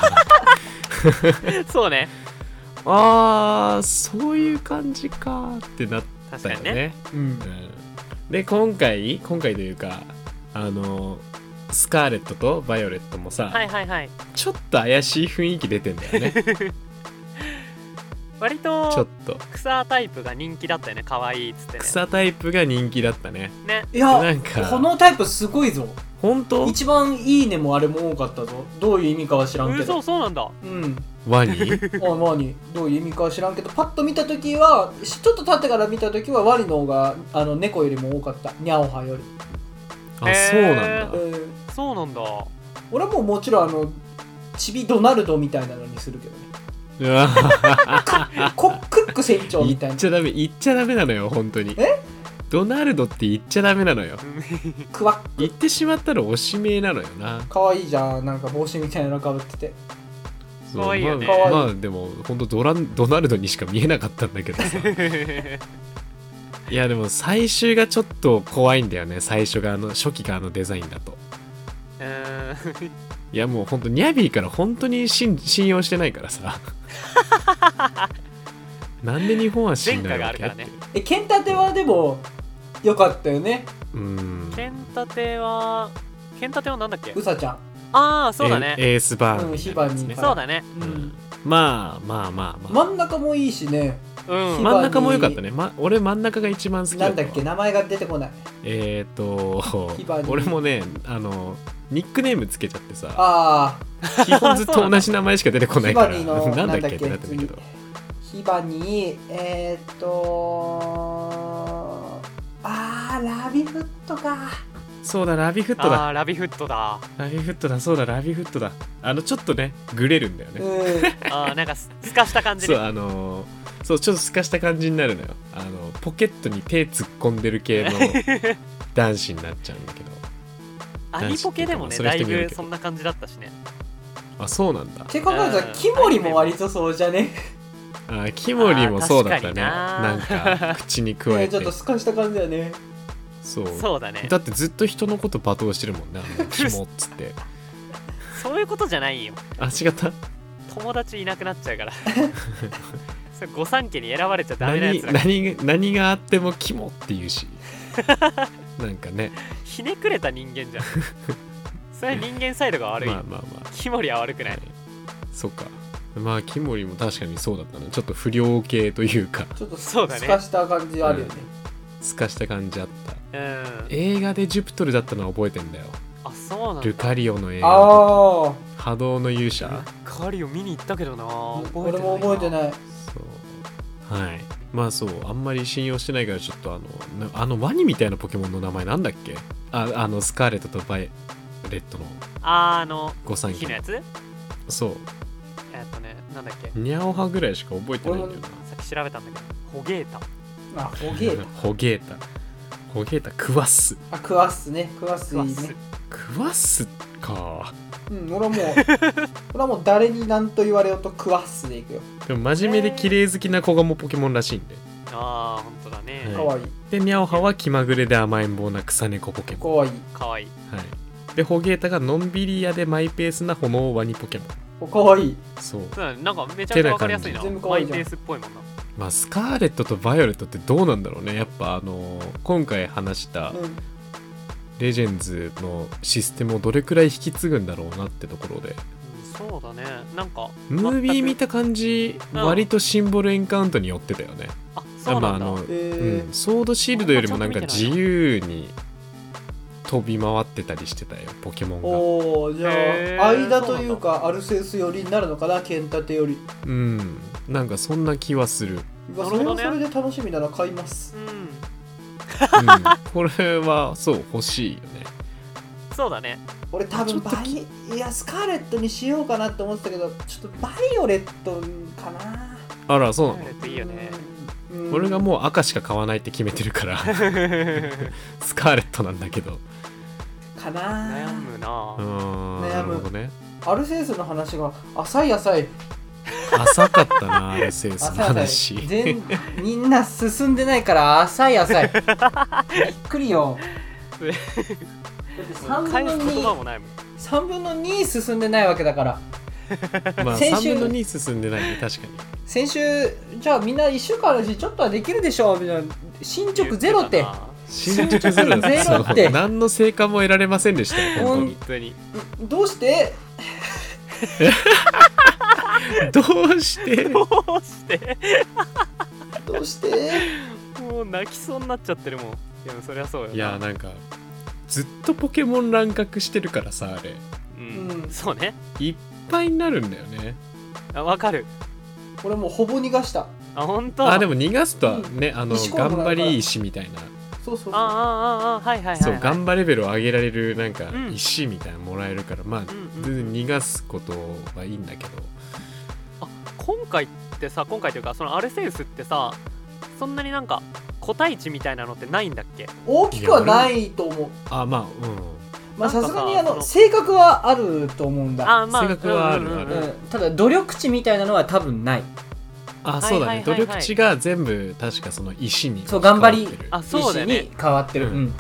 C: そうね
B: あーそういう感じかってなっ
C: 確
B: た
C: か
B: よ
C: に
B: ね
C: ね
A: うん
B: うん、で今回今回というかあのスカーレットとバイオレットもさ、
C: はいはいはい
B: ちょっと怪しい雰囲気出てんだよ ね
C: 割
B: ちょっ
C: と
B: と
C: 草タイプが人気だったよね可愛いっつってね
B: 草タイプが人気だったね
C: ね
A: い
B: な
A: や
B: んか
A: このタイプすごいぞ
B: 本当
A: 一番いいねもあれも多かったぞどういう意味かは知らんけ
C: うそ
A: ど
C: うそうなんだ
A: うん
B: ワニ
A: あ何どういう意味かは知らんけどパッと見た時はしちょっと経ってから見た時はワニの方があの猫よりも多かったニャオハより、
B: あ
C: へー
B: そうなん
A: う
B: だ
A: ん、
C: そうなんだ
A: 俺はもうもちろんあのチビドナルドみたいなのにするけどね
B: うわ
A: コクック船長みたい
B: 言っ
A: な
B: ちゃダメ言っちゃダメなのよ本当に
A: え
B: ドナルドって言っちゃダメなのよ
A: クワッ
B: 言ってしまったらおしめなのよな
A: かわいいじゃんなんか帽子みたいなのかぶってて
B: そう
C: 可愛いよね
B: まあ、
A: 可愛い
B: まあでも本当ドランドナルドにしか見えなかったんだけどさ いやでも最終がちょっと怖いんだよね最初があの初期があのデザインだと
C: うーん
B: いやもう本当ニャビーから本当に信信用してないから さなんで日本は信頼わけ
C: 前科があるからね
B: って
A: え剣立てはでもよかったよね
B: うーん
C: 剣立ては剣立てはなんだっけ
A: うさちゃん
C: ああそうだね
B: エエースバーンみたいなやつ
A: うん
B: ね
A: 火花に
C: そうだね
B: うんまあまあまあまあ
A: 真ん中もいいしね
C: うん
A: ま
B: 真ん中も良かったね、ま、俺真ん中が一番好きだ
A: な
B: っ
A: ん
B: た
A: だ
B: わ
A: っけ名前が出てこない
B: えっ、ー、
A: ヒバ
B: と
A: リ
B: 俺もねあのニックネームつけちゃってさ
A: あ
B: 基本ずっと同じ名前しか出てこ
A: あ
B: な
A: ヒ
B: いか
A: バ
B: ら
A: ニのなん
B: なだっ
A: んだ
B: け
A: っけ
B: ってなってんだけ
A: 次
B: ど
A: ヒバニえー、っとあーラビフットか
B: そうだラビフットだ
C: あーラビフットだ
B: ラビフットだそうだラビフットだあのちょっとねグレるんだよね、
C: あーなんかすすかした感じ
B: そう
C: で
B: あのーそうちょっとすかした感じになるのよあのポケットに手突っ込んでる 系の男子になっちゃうんだけど
C: アニポケでもね
B: それ
C: だ
B: 人
C: い
B: によるけど
C: ぶそんな感じだったしね
B: あそうなんだ
A: て考えたらキモリも割とそうじゃね
B: あキモリもそうだったねな
C: あー
B: ん
C: 確かにな
B: か口に加え
A: ね ち
B: て
A: ょっとすかした感じだよね
B: そう
C: そうだね
B: だってずっと人のこと罵倒してるもんね あのキモっつって
C: そういうことじゃないよ
B: あ違った
C: 友達いなくなっちゃうから それ御三家に選ばれちゃダメなや
B: 何
C: つだから
B: 何が何があってもキモって言うしなんかね
C: ひねくれた人 間じゃんそれは人間サイドが悪い、
B: まあまあまあ
C: キモリは悪くない
B: そっかまあキモリも確かにそうだったねちょっと不良系というか
A: ちょっとす
C: そうだね
A: すかした感じあるよね、
B: すかした感じあった
C: うん
B: 映画でジュピトルだったのは覚えてんだよ
C: あそうなん
B: ル
C: だ
B: カリオの映画
A: あ
B: 波動の勇者
C: カリオ見に行ったけどな
A: あ
C: 覚え
A: 俺
C: て
A: も覚えて
C: い
A: ない
B: そうはいまあそうあんまり信用してないからちょっとあのなあのワニみたいなポケモンの名前なんだっけああのスカーレットとバイレットの
C: あーあの
B: 御三
C: 火の
B: 家
C: やつ
B: そ
C: えっとねなんだっけ
B: うニャオハぐらいしか覚えてないんだよな
C: さっき調べたんだけどホゲータ
A: あホゲー
B: ホゲータホゲータクワッス
A: あクワッスねクワッスい
C: クワ
A: い
C: ス
A: ね
B: クワッスか
A: うん 俺はもう俺はもう誰に何と言われようとクワッスでいくよ
B: でも真面目で綺麗好きな子がもうポケモンらしいんで
C: ああ本当だね、
A: か
B: は
A: わいい
B: でニャオハは気まぐれで甘えん坊な草猫ポケモ
A: か
B: ン、
A: わいい
C: かわいい
B: はい、でホゲータがのんびり屋でマイペースな炎ワニポケモ
A: おかわいい
B: ンそう
C: そうだねなんかめちゃめちゃわかりやすいな
A: てな感じ全部可
C: マ
A: 愛い
C: イ
A: じ
C: ペ
A: ゃん
C: ースっぽいもんな
B: まあスカーレットとバイオレットってどうなんだろうねやっぱあのー今回話した
A: うん
B: レジェンズのシステムをどれくらい引き継ぐんだろうなってところで
C: うんそうだねなんか
B: ムービー見
C: 全く
B: た感じ
C: うん
B: 割とシンボルエンカウントによってたよね
C: あそうなん
B: ま
C: だ、
B: ああの
A: え
B: うん、ソードシールドよりもなんか自由に飛び回ってたりしてたよポケモン
A: ー、
B: が
A: おおじゃ
C: へー
A: あ間というかアルセウス寄りになるのかなケンタテより
B: うんなんかそんな気は する、
A: うわ
C: な
A: そ
C: る
A: れ
C: ほど
A: は
C: ね
A: それで楽しみだな買います
C: うん
B: うん、これはそう欲しいよね
C: そうだね
A: 俺多分バイいやスカーレットにしようかなって思ってたけどちょっとバイオレットかな
B: あらそうなの
C: えっといい よね
A: うんうん
B: 俺がもう赤しか買わないって決めてるから スカーレットなんだけど
A: かな
C: 悩むな
B: うーんな
A: 悩む
B: るほどね
A: アルセウスの話が浅い浅い
B: 浅かっ たなアルセウスの
A: 浅い
B: 話
A: 浅い全みんな進んでないから浅い 浅いびっくりよ
C: え
A: だって3
C: 返
A: 分
C: す
A: の
C: 言葉
A: 2
C: もないもん
A: 3分の2進んでないわけだから
B: まあ
A: 先
B: 3
A: 週
B: 分の2進んでないね確かに
A: 先週じゃあみんな1週間あるしちょっとはできるでしょうみたいな進捗ゼロって
C: 言たな
B: 進捗ゼロ だ
A: ゼロ
B: っ
A: ったて
B: そう何の成果も得られませんでしたよ本当に
A: ほん
C: 普通に
A: どうして
B: どうして
C: どうして
A: どうして
C: もう泣きそうになっちゃってるもんでもそりゃそうよ
B: いやなんかずっとポケモン乱獲してるからさあれ
C: うん、
A: うん
C: そうね
B: いっぱいになるんだよね
C: あわかる
A: 俺もうほぼ逃がした
C: あ本当
B: あで
C: も
B: も逃がすとはねあの
A: 石ころも
B: 頑
A: らうか
B: 張
A: ら
B: り石みたいな
A: そうそうそう
C: あああああはいはいはい、はい、
B: そう頑張レベルを上げられるなんか
C: うん
B: 石みたいなのもらえるからまあ
C: うん
B: 全
C: うん
B: 然逃がすことはいいんだけど
C: 今回ってさ今回というかそのアルセウスってさそんなになんか個体値みたいなのってないんだっけ
A: 大きくはないと思う
B: あまあうん
A: まあ
C: なん
A: さ
C: か
A: す
C: さ
A: がにあ
C: そ
A: の
C: の
A: 性格はあると思うんだ、
C: あまあ
B: 性格はあるある
A: うん、ただ努力値みたいなのは多分ない
B: あ
C: い
B: そうだ
C: はい
B: ね
C: はい
B: 努
C: はい
B: 力値が全部確かその石に
A: そう頑張り
B: 関わってる
C: あそうだよ
A: 意
C: ね
A: 思に変わってる、
B: うん
A: うん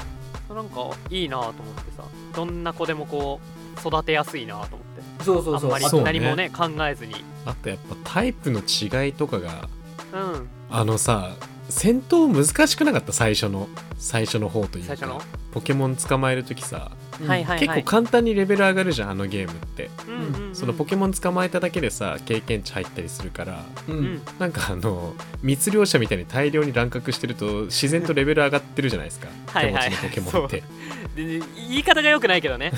C: なんかいいなと思ってさどんな子でもこう育てやすいなと思って
A: そうそうそう
C: あんまり
B: そうね
C: 何もね考えずに
B: あとやっぱタイプの違いとかが
C: うん
B: あのさ戦闘難しくなかった最初の最初の方という
C: 最初の
B: かポケモン捕まえる時さ
A: うん
C: はいはい
B: 結
C: は
B: 構
C: い
B: 簡単にレベル上がるじゃんあのゲームって
C: うんうんうん
B: そのポケモン捕まえただけでさ経験値入ったりするから
A: う
C: うんん
B: なんかあの密漁者みたいに大量に乱獲してると自然とレベル上がってるじゃないですか
C: はいはい
B: 手持ちのポケモンって
C: でで言い方が良くないけどね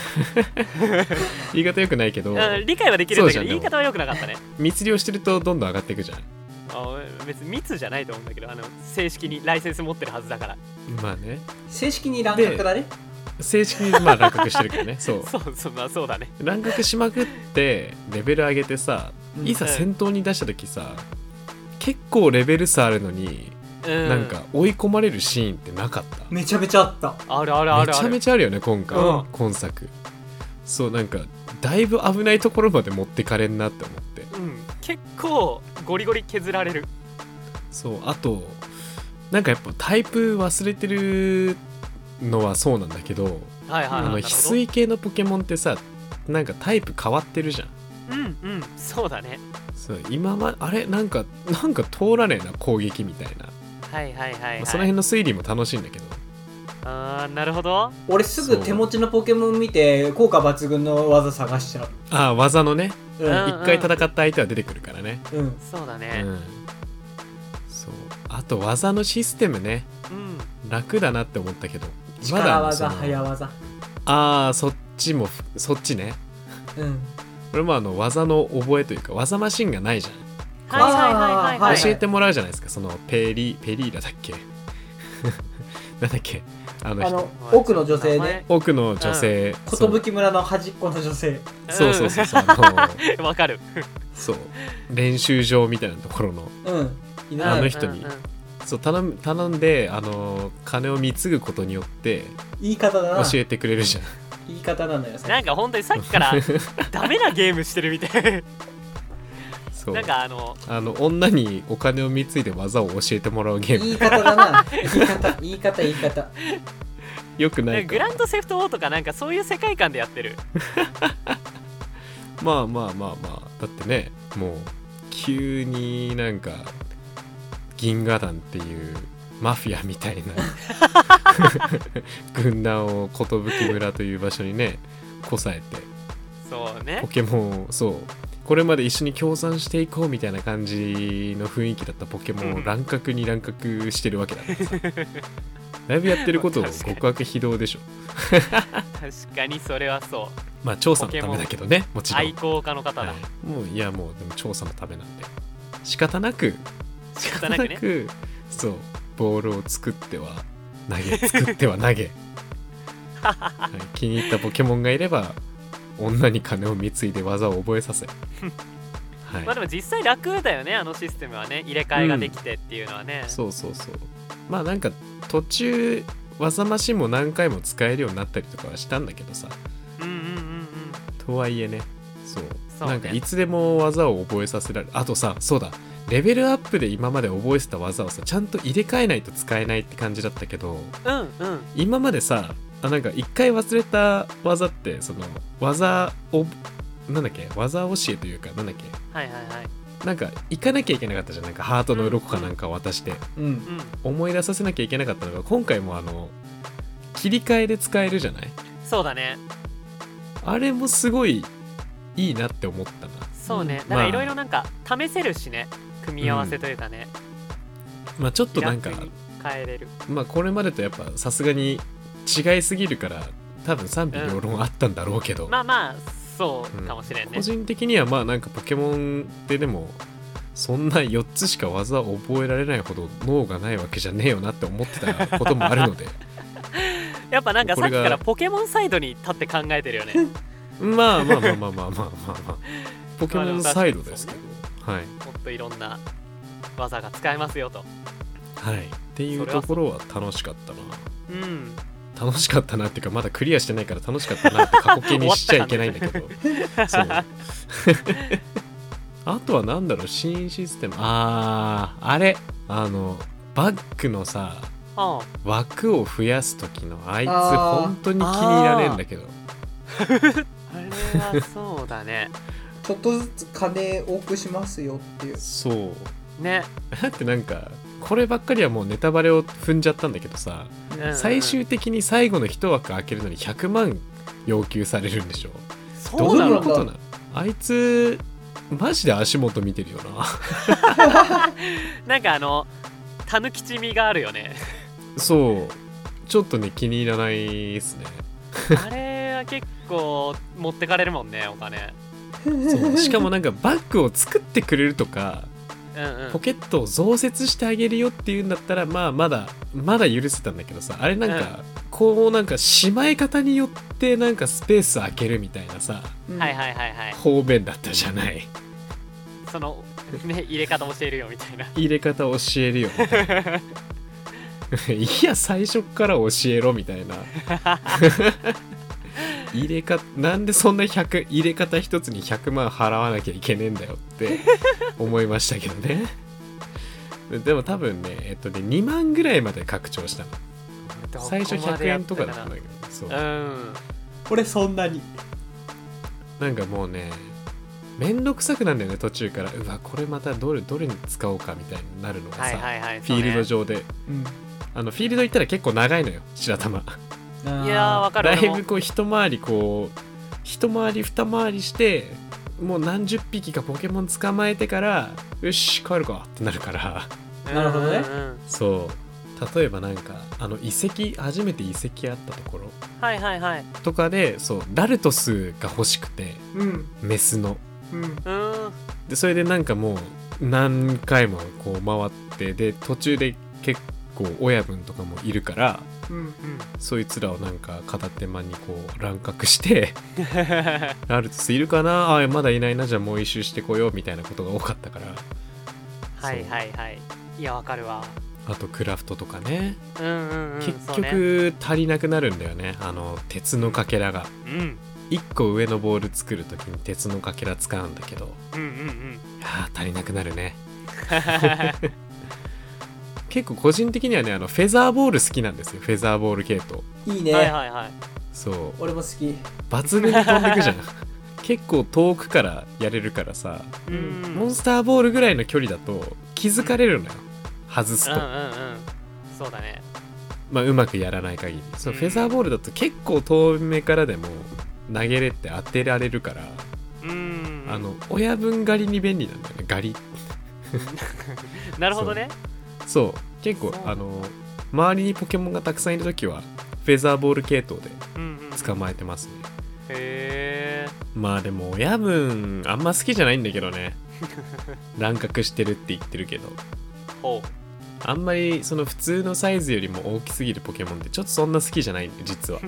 B: 言い方よくないけど
C: うん理解はできるん
B: そう
C: だけど
B: じゃん
C: 言い方は良くなかったね
B: 密漁してるとどんどん上がっていくじゃん
C: あ別に密じゃないと思うんだけどあの正式にライセンス持ってるはずだから
B: まあね
A: 正式に乱獲だね
B: 正式にまあ乱獲してるけ どねそう
C: そうそうまあそうだね
B: 乱獲しまくってレベル上げてさ
A: うん
B: いざ戦闘に出した時さ結構レベル差あるのに、
C: うん
B: なんか追い込まれるシーンってなかった
A: めちゃめちゃあった
C: あるあるある
B: め
C: あ
B: ちゃ
C: る
B: めちゃあるよね今回、
A: うん
B: 今作そうなんかだいぶ危ないところまで持ってかれんなって思って
C: うん結構ゴリゴリ削られる
B: そうあとなんかやっぱタイプ忘れてるのはそうなんだけど
C: はいはいはい
B: あの
C: なる
B: 翡
C: ほど
B: 翠系のポケモンってさなんかタイプ変わってるじゃん
C: うんうんそうだね
B: そう今まあれなんかなんか通らねえな攻撃みたいな、
C: はいはいはい、はい、
B: まあその辺の推理も楽しいんだけど
C: あーなるほど
A: 俺すぐ手持ちのポケモン見て効果抜群の技探しちゃう
B: ああ技のね
A: う
C: うん
A: ん
B: 一回戦った相手は出てくるからね
A: うん
C: そうだ
B: う
C: ね
B: んそうあと技のシステムね
C: うん
B: 楽だなって思ったけどまだ
A: 力技
B: その
A: 早技
B: ああそっちもふそっちね
A: うん
B: 俺もあの技の覚えというか技マシンがないじゃん
C: はいはいはいはい
A: あー
C: はい
B: 教えてもらうじゃないですかそのペリペリーラだっけ なんだっけあの
A: あ
B: 人
A: の奥の女性ね
B: 奥の女性そう
A: 寿村の端っこの女性
B: そうそうそうそうあの
C: 名前わかる
B: そう練習場みたいなところの
A: うんい
B: あ
A: な
B: の
A: い
B: 人に
C: うんうん
B: そう頼む頼んであの金を貢ぐことによって
A: 言い方だな
B: 教えてくれるじゃん
A: 言い方なのよそれ
C: なんか本当にさっきから ダメなゲームしてるみたい
B: そう
C: なんかあの
B: あの女にお金を貢いで技を教えてもらうゲーム
A: 言い方だな言い方言い方言い方
B: よくない
C: グ
B: か
C: ランドセフト4とかなんかそういう世界観でやってる
B: まあまあまあまあだってねもう急になんか銀河団っていうマフィアみたい な軍団を寿村という場所にねこさえて
C: そう
B: ポ
C: ね
B: ケモンをそうこれまで一緒に協賛していこうみたいな感じの雰囲気だったポケモン
C: う
B: を
C: ん
B: 乱獲に乱獲してるわけだからさ だいぶやってることを
C: 確かに
B: 極悪非道でしょ
C: 確かにそれはそう
B: まあ調査のためだけどねもちろん
C: 愛好家の方だ、
B: はい、もういやもうでも調査のためなんで仕方なく
C: 仕方な くね
B: そうボールを作っては投げ作っては 投げ、はい、気に入ったポケモンがいれば女に金を貢いで技を覚えさせ、はい
C: まあでも実際楽だよねあのシステムはね入れ替えができてっていうのはね、
B: そうそうそうまあなんか途中技マシンも何回も使えるようになったりとかはしたんだけどさ
C: うんうんうんうん
B: とはいえねそう
C: そうね
B: なんかいつでも技を覚えさせられるあとさそうだレベルアップで今まで覚えてた技をさちゃんと入れ替えないと使えないって感じだったけど
C: うんうん
B: 今までさあなんか一回忘れた技ってその技をなんだっけ技教えというかなんだっけ
C: はいはいはい
B: なんか行かなきゃいけなかったじゃんなんかハートの鱗かなんかを渡して
A: うん
C: うん
B: 思い出させなきゃいけなかったのが今回もあの切り替えで使えるじゃない
C: そうだね
B: あれもすごいいいなって思ったな
C: そうね、
B: うん
C: だから
B: まあ
C: いろいろなんか試せるしね組み合わせというかね、
B: まあちょっとなんか
C: 気楽に変えれる
B: まあこれまでとやっぱさすがに違いすぎるから多分賛否両論あったんだろうけど、
C: まあまあそうかもしれんね、
B: 個人的にはまあなんかポケモンってでもそんな4つしか技を覚えられないほど脳がないわけじゃねえよなって思ってたこともあるの で
C: やっぱなんかさっきか
B: これ
C: ら
B: が
C: ポケモンサイドに立って考えてる よね
B: まあまあまあまあまあまあまあ、まあ、ポケモンサイドですけど、はい
C: もっといろんな技が使えますよと
B: はいっていうところは楽しかったな
C: うん
B: 楽しかったなっていうかまだクリアしてないから楽しかったなって過去形にしちゃいけないんだけどそうあとはなんだろう新システムあーあれあのバッグのさ
C: あ
B: 枠を増やす時のあいつ
A: あー
B: 本当に気に入られんだけど
C: あれはそうだね
A: ちょっとずつ金多くしますよっていう
B: そう
C: ね、
B: だって なんかこればっかりはもうネタバレを踏んじゃったんだけどさ、
C: うんうん
B: 最終的に最後の一枠開けるのに100万要求されるんでしょど
C: そう
B: う
C: な
B: いう
C: の
B: ことなのあいつマジで足元見てるよな
C: なんかあのたぬきちみがあるよね
B: そうちょっとね気に入らないっすね
C: あれは結構持ってかれるもんねお金
B: そうしかもなんかバッグを作ってくれるとか
C: うんうん
B: ポケットを増設してあげるよっていうんだったらまあまだまだ許せたんだけどさあれなんか、こうなんかしまい方によってなんかスペース空けるみたいなさ
C: はいはいはいはい
B: 方便だったじゃない
C: そのね入れ方教えるよみたいな
B: 入れ方教えるよ みたいないや最初っから教えろみたいな 入れ方なんでそんな100入れ方一つに100万払わなきゃいけねえんだよって思いましたけどね でも多分ねえっとね2万ぐらいまで拡張したの最初100円とかだったんだけどそう
C: うん
A: 俺そんなに
B: なんかもうねめんどくさくなんだよね途中からうわこれまたどれどれに使おうかみたいになるのがさ、
C: はいはいはい
B: フィールド上で、
A: うん
B: あのフィールド行ったら結構長いのよ白玉
C: そうねいやーわかる
B: だい
C: 俺
B: ぶ
C: も
B: こう一回りこう一回り二回りしてもう何十匹かポケモン捕まえてからよし帰るかってなるから
A: なるほどね
C: うんうんうん
B: そう例えばなんかあの遺跡初めて遺跡あったところ
C: はいはいはい
B: とかでそうラルトスが欲しくて
A: うん
B: メスの
A: うん
C: うん
B: でそれでなんかもう何回もこう回ってで途中で結構親分とかもいるから
A: うん
C: うん
B: そいつらをなんか片手間にこう乱獲して ラルトスいるかなあまだいないなじゃあもう一周してこようみたいなことが多かったから
C: はいはいはいいやわかるわ
B: あとクラフトとかね
C: うんうんうん
B: 結
C: そうね
B: 局足りなくなるんだよねあの鉄のかけらが
C: うん
B: 1個上のボール作る時に鉄のかけら使うんだけど
C: うんうん
B: あ足りなくなるね
C: う
B: 結構個人的にはねあのフェザーボール好きなんですよフェザーボール系統
A: いい
C: ん
A: ね、
C: はいはいはい
B: そう
A: 俺も好き
B: 抜群に飛んでくじゃん 結構遠くからやれるからさ
C: うんうん
B: モンスターボールぐらいの距離だと気づかれるのよ外すと、
C: うんうんうんそうだね
B: まあ、うまくやらない限りそう
C: うん
B: フェザーボールだと結構遠目からでも投げれって当てられるから、
C: うん
B: あの親分狩りに便利なんだよね狩り
C: なるほどね
B: そう結構
C: そう
B: あの周りにポケモンがたくさんいる時はフェザーボール系統で
C: うんうん
B: 捕まえてますね
C: へえ
B: まあでも親分あんま好きじゃないんだけど ね乱獲してるって言ってるけど
C: ほ
B: あんまりその普通のサイズよりも大きすぎるポケモンってちょっとそんな好きじゃない実は、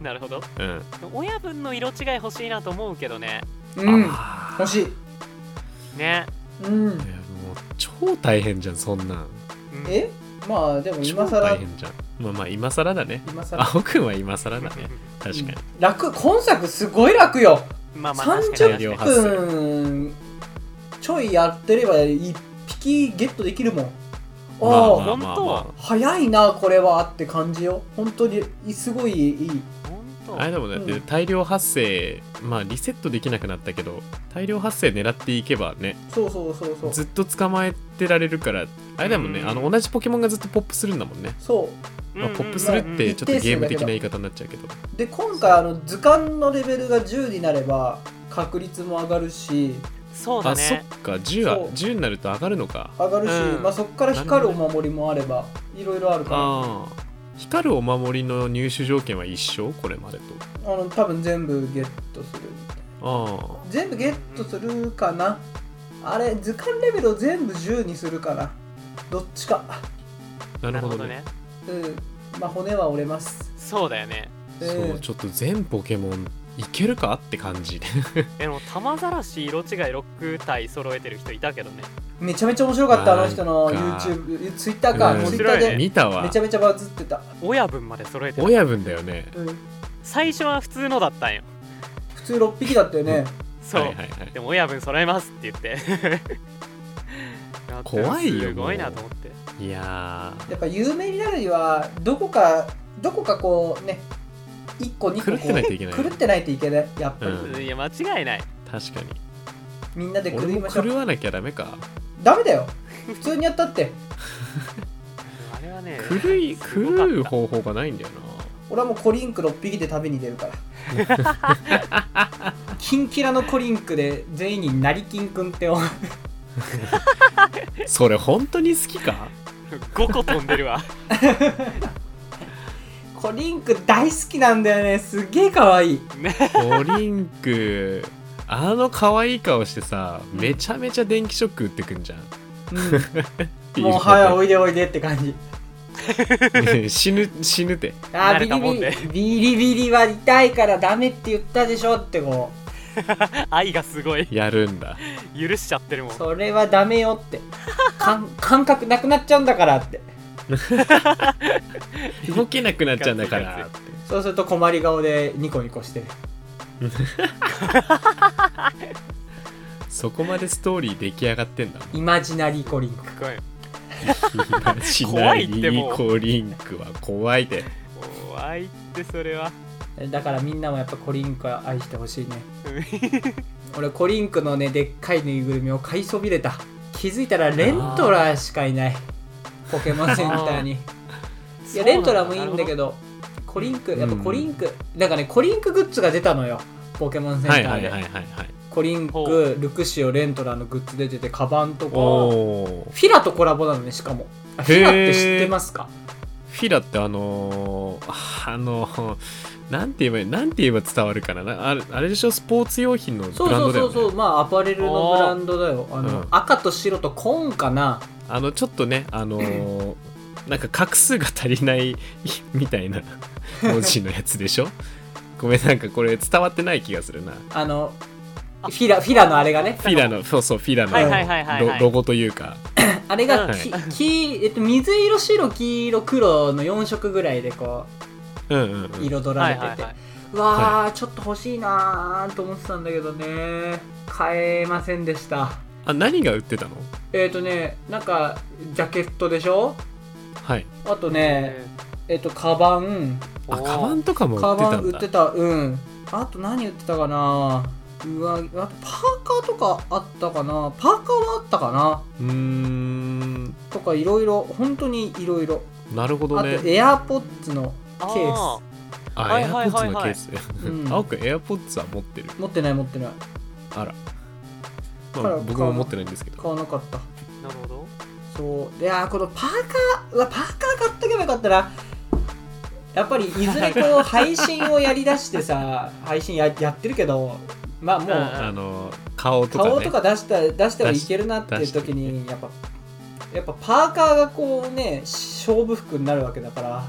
C: うなるほど
B: うん、
C: 親分の色違い欲しいなと思うけどね
A: うん
B: あー
A: 欲しい
C: ね、
A: うん
B: いやもう超大変じゃんそんなん
C: うん
A: えまあでも
B: 超
A: 今
B: 大
A: 更
B: 変じゃんまあまあ今更だね
A: 今更
B: 青くんは今更だね確かに、
A: うん楽今作すごい楽よ
C: まあまあ確かに
A: 30
B: 確かに
A: 分ちょいやってれば1匹ゲットできるもんああ、
B: まあまあ
C: 本
B: まあ
C: 当
B: ま
A: 早いなこれはって感じよ本当にすごいいい
C: 本
B: あ
C: 当
B: あれだもんねだって大量発生まあリセットできなくなったけど大量発生狙っていけばね
A: そうそうそうそう
B: ずっと捕まえてられるからあれだもんね
C: うん
B: あの同じポケモンがずっとポップするんだもんね、
A: そ
B: まあ、ポップ
A: ス
B: するってちょっと
A: うん
B: ゲーム的な言い方になっちゃうけど
A: うで今回あの図鑑のレベルが10になれば確率も上がるし
C: そうだ
B: あそっ
C: ね
B: か10は
A: そう
B: 10になると上がるのか
A: 上がるし、
C: うん
A: まあ、そこから光るお守りもあればいろいろあるか
B: ああ光るお守りの入手条件は一緒これまでと
A: らあの多分全部ゲットする
B: ああ
A: 全部ゲットするかなあれ図鑑レベルを全部10にするかなどっちか
B: なるほどね
A: うんまあ骨は折れます
C: そうだよね
A: え
B: そうちょっと全ポケモンいけるかって感じ
C: でも玉ざらし色違い6体揃えてる人いたけどね
A: めちゃめちゃ面白かったあの人の
B: なんか
A: YouTube ツイッターか、
B: うん
A: ツイッター
C: 面白い
A: で
B: 見た
A: め
B: わ
A: ちゃめちゃバズってた、
C: 親分まで揃えてる
B: 親分だよね
A: うん、
C: 最初は普通のだったんよ
A: 普通6匹だったよね、
C: そう、
B: はいはいはい
C: でも親分揃えますって言って やってる
B: 怖いよ
C: すごいなと思って
B: いや
A: やっぱ有名になるにはどこかどこかこうね1個2個こう
B: 狂ってないといけない
A: 狂ってないといけないやっぱり、
B: うん
C: いや間違いない
B: ー確かに
A: みんなで狂
B: 俺
A: い
B: も
A: ましょう
B: 狂わなきゃダメか
A: ダメだよ普通にやったって
C: あれはね
B: 狂い
C: すごかった
B: 狂う方法がないんだよ
A: 俺はもうコリンク6匹で旅に出る からキンキラのコリンクで全員になりきんくんって思う
B: なそれ本当に好きか
C: 5個飛んでるわ
A: コリンク大好きなんだよねすげえかわいい
B: オリンクあの可愛い顔してさめちゃめちゃ電気ショック打ってくんじゃん
A: う んもうはいおいでおいでって感じ
B: 死ぬ死ぬって
A: あ
C: 慣
A: ー
C: れ
A: ビ
C: たもんで
A: リビリビリビリは痛いからダメって言ったでしょってこ
C: 愛がすごい
B: やるんだ
C: 許しちゃってるも
A: うんそれはダメよって感 感覚なくなっちゃうんだからって
B: 動けなくなっちゃうんだ からって
A: そうすると困り顔でニコニコしてる
B: そこまでストーリー出来上がってんだ
A: イマジナリーコリンク
C: すごい
B: しな
C: 怖い
B: い
C: ってもう
B: コリンクは怖いで
C: 怖いってそれは
A: だからみんなもやっぱコリンクは愛してほしいね
C: うん
A: 俺コリンクのねでっかいぬいぐるみを買いそびれた気づいたらレントラーしかいないポケモンセンターにいやレントラーもいいんだけどコリンクやっぱコリンク、なんかねコリンクグッズが出たのよポケモンセンタ
B: は
A: ー
B: い
A: で、
B: はいはいはいはい
A: コリン
C: ほ
A: ク
C: う
A: ルクシオレントラーのグッズ出ててカバンと
B: お
A: か
B: お
A: フィラとコラボなのねしかもあフ
B: へー
A: ィラって知ってますか
B: フィラってあのー、あのなんて言えばいいなんて言えば伝わるかななあれあれでしょスポーツ用品のブ
A: そう
B: ラン
A: そ
B: ド
A: う
B: だ
A: そ
B: よ
A: う
B: ね
A: そう、まあアパレルのブランドだよあの、
B: うん
A: 赤と白とコーンかな
B: あのちょっとねあの ーなんか画数が足りないみたいな文字のやつでしょごめんなんかこれ伝わってない気がするな
A: あのフ
C: あ
A: ィラフィラのあれがね
B: フィラのそうそうフィラの
C: はいはいはいはいはい
B: ロロゴというか
A: あれが、
C: うん
A: ききえっと、水色白黄色黒の4色ぐらいでこ
B: うんうん、う、
A: うん彩ら
C: は
A: れ
C: い
A: てて、
C: はいはいう
A: わー、ちょっと欲しいなーと思ってたんだけどね買えませんでした
B: あ何が売ってたの
A: えっ、とねなんかジャケットでしょ
B: はい
A: あとねえっ、とカバン
B: あ
C: おー
B: カバンとかも売
A: カ
B: って
A: バ
B: た
A: ン
B: ん
A: 売っ
B: だ
A: てたうんあと何売ってたかなうわあとパーカーとかあったかなパーカーはあったかな
B: うーん
A: とかいろいろ本当にいろいろ
B: なるほど
A: あ
B: ね
A: とエアポッツの
C: あ
A: ケー
C: ー
B: あ
C: はい
B: エアポ
C: はい
B: ッツ
C: はい
B: の
C: は
B: ケ
C: い
B: ー
A: ス、
B: ス、
A: うん、
B: 青くんエアポッツは持ってる
A: 持ってない持ってない
B: あら、
A: あ
B: ま
A: ら
B: あ、僕も持ってないんですけど
A: 買わなかった
C: なるほど
A: そうであーこのパーカーうわパーカー買っとけばよかったなやっぱりいずれこう配信をやりだしてさ 配信ややってるけどまあも
C: うん
A: う
B: あの顔とかね
A: 顔とか出した出してはいけるなっていう時にやっぱやっぱパーカーがこうね勝負服になるわけだから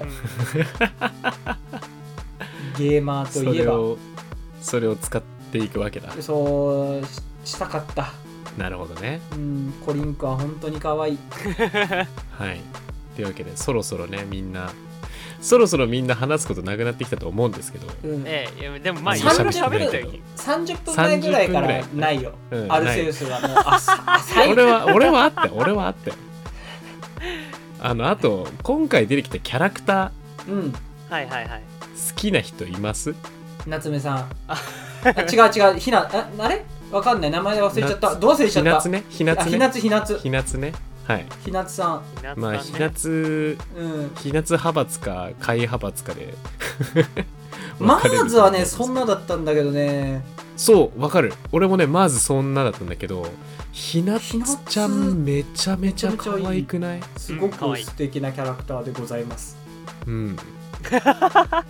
C: うん
A: ゲーマー
B: そ
A: といえ
B: れ
A: ば
B: をそれを使っていくわけだ
A: そうししたかった
B: なるほどね
A: うんコリンクは本当に可愛い
B: はいというわけでそろそろねみんなそろそろみんな話すことなくなってきたと思うんですけど、
A: うん
C: ええいやでもまあ
A: 30
C: 一緒に喋
A: 分
C: りたい
A: 30分前ぐらいからないよ
B: うん
A: アルセウスはもう あさあ最
B: 俺は俺はあって俺はあってあのあと今回出てきたキャラクタ
A: うん
C: はいはいはい
B: ー好きな人います
A: 夏目さん
C: あ
A: あ違う違うひなああれわかんない名前忘れちゃった
B: 夏
A: どう忘れちゃ
B: ひ
A: っ
B: な
A: た
B: つねひな
A: あ
B: つ
A: ひな
B: ね
A: つひなつ
B: ひなつねはい
A: ひなつさん
C: ひなつさんね
B: まあひなつ
A: うん
B: ひなつ派閥か会派閥 かで
A: マ
B: 分かれる
A: ーズはねそんなだったんだけどね
B: そうわかる俺もねまずそんなだったんだけどひなつ
A: ひなつ
B: ちゃんめちゃめちゃ可愛くない
A: すご
C: うんかわ
A: く
C: いい
A: 素敵なキャラクターでございます
B: うん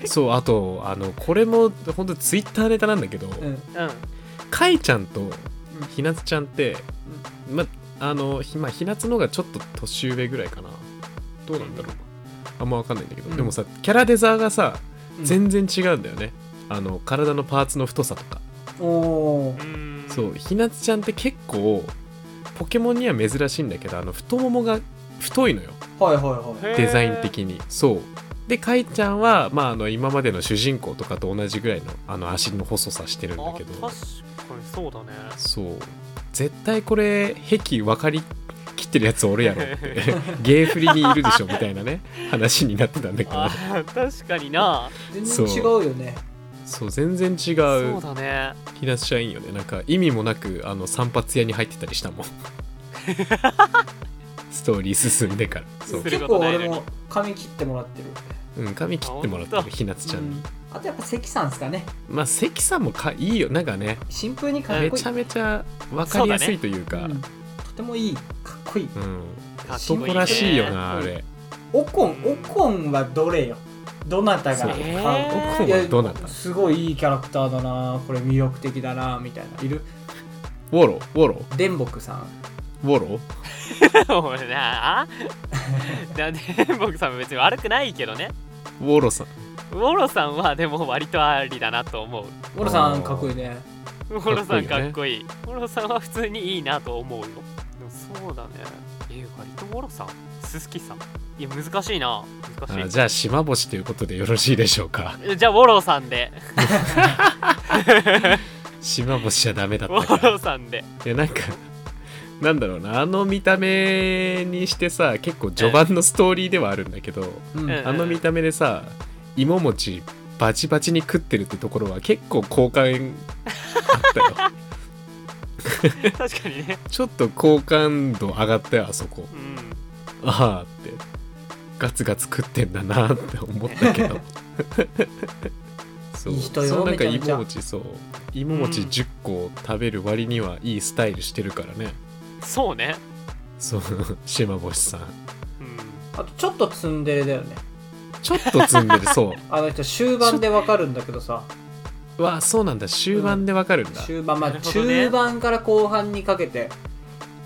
B: そうあとあのこれも本当ツイッターネタなんだけど、
A: うん
C: うん
B: かいちゃんとひなつちゃんって、まあのひ,、まあ、ひなつの方がちょっと年上ぐらいかなどうなんだろうあんまわかんないんだけど、
A: うん
B: でもさキャラデザーがさ
A: うん
B: 全然違うんだよね、あの体のパーツの太さとか、
A: おー
C: うん
B: そうひなつちゃんって結構ポケモンには珍しいんだけどあの太ももが太いのよ
A: はいはいはい
C: へー
B: デザイン的にそうでかいちゃんは、まあ、あの今までの主人公とかと同じぐらいのあの足の細さしてるんだ
C: あ
B: け
C: 確
B: ど
C: かにそうだね
B: そう絶対これ壁分かりきってるやつおる やろってゲーフリにいるでしょみたいなね話になってたんだけど
C: あ確かにな
A: 全
B: そう
A: 然違うよね
B: そう全然違
C: そう
B: う
C: だね
B: ひなつちゃんいいよねなんか意味もなくあの散髪屋に入ってたりした もんストーリー進んでからそう
C: す、る
A: 結
C: こと
A: 構
C: ないのに
A: 俺も髪切ってもらってる
B: うん、髪切ってもらって
C: あ
B: る
C: 本当
B: ひなつちゃんに、
A: うんあとやっぱ関さんですかね
B: まあ関さんもかいいよなんかね
A: シンプルにかっ
B: め
A: こいい
B: ちゃめちゃ分かりやすいというか
A: うんとてもいいかっこいい
B: うん
C: かっこいいね
B: 男らしいよなあれ
A: オコンオコンはどれよどなたが
B: そう
A: 買う
C: え
B: オ
C: ー
B: コンはどうなんだ
A: いやすごいいいキャラクターだなこれ魅力的だなみたいないる
B: ウォロウォロ
A: 電木さん
B: ウォロ
C: もうなあなんで僕さんも別に悪くないけどね
B: ウォロさん
C: ウォロさんはでも割とありだなと思う
A: モロさんかっこいいね
C: ウォロさん
B: かっ
C: かっ
B: こ
C: こいいウォロさんは普通にいいなと思うよでもそうだねえ割とウォロさんススキさんいや難しいな難
B: あ
C: しい
B: じゃあ島星ということでよろしいでしょう か
C: じゃあウォロさんで
B: 島星じゃダメだっ
C: ウ
B: たか
C: ォロ
B: ら
C: さんで
B: いやなんかなんだろうなあの見た目にしてさ結構序盤のストーリーではあるんだけど、
A: うん、
C: うん
B: あの見た目でさ芋餅バチバチに食ってるってところは結構好感 あったよ
C: 確かにね
B: ちょっと好感度上がったよあそこ
C: うん
B: ああってガツガツ食ってんだなって思っ たけどそう
A: いい人よ
B: そうなんか
A: めちゃめちゃ
B: 芋餅そう芋餅
C: うん
B: 10個食べる割にはいいスタイルしてるからね、
C: そうね
B: そう島星さん
C: うん
A: あとちょっとツンデレだよね
B: ちょっと積んでるそ
A: あの人終盤でわかるんだけどさ
B: うわあそうなんだ終盤でわかるんだ、
A: 終盤まあ
C: なるほどね
A: 中盤から後半にかけて、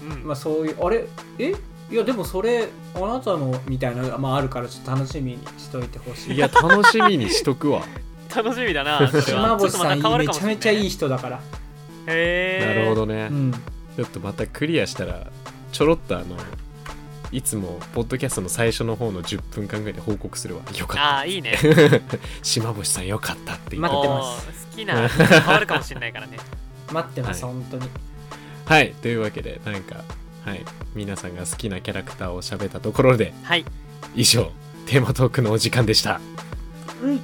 C: うん
A: まあ、そういうあれえいやでもそれあなたのみたいなのが、まあ、あるからちょっと楽しみにしといてほしい
B: いや楽しみにし とくわ
C: 楽しみ だなそれ
A: 島
C: は
A: 星さん
C: ちょっとまた変わる
A: め
C: かも
A: ち
C: し
A: ゃ
C: れ
A: め
C: な
A: ちゃいい
C: い
A: 人だから、
C: へ
B: な
C: ー
B: るほどね、
A: うん
B: ちょっとまたクリアしたらちょろっとあのいつもポッドキャストの最初の方の10分間ぐらいで報告するわよか
C: ああいいね
B: った 島星さんよかったって言って
A: 待ってます
C: おー好 きな変わるかもしれないからね
A: 待ってます、
B: は
A: 本当に
B: はいというわけでなんかはい皆さんが好きなキャラクターを喋ったところで
C: はい
B: 以上テーマトークのお時間でした
A: うん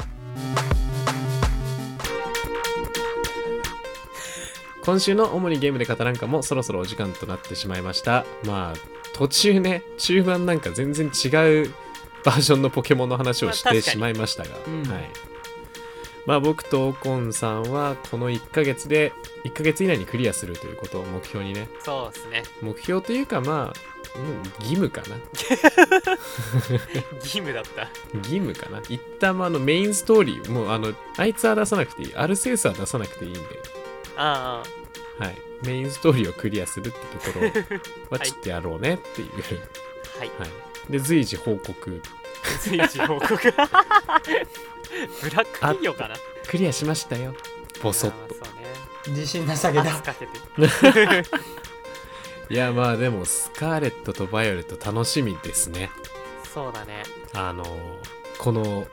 B: 今週の主にゲームで語らんかもそろそろお時間となってしまいましたまあ途中ね中盤なんか全然違うバージョンのポケモンの話をし
C: まあ
B: て
C: 確かに
B: しまいましたが、
A: うん
B: はいまあ僕とオコンさんはこの1ヶ月で1ヶ月以内にクリアするということを目標にね
C: そうですね
B: 目標というかまあ、うん、義務かな
C: 義務だった
B: 義務かな一旦まああのメインストーリーもうあのあいつは出さなくていいアルセウスは出さなくていいんで、
C: ああ
B: はい、メインストーリーをクリアするってとこ ろはちょっとやろうねっていう、
C: はい
B: はい、で随時報告
C: 随時報告 ブラック企業かな
B: クリアしましたよボソッと
C: と
A: 自信なさげ
C: そうね
A: だ
C: 圧かけて
B: いやまあでもスカーレットとバイオレット楽しみですね
C: そうだね
B: あのこの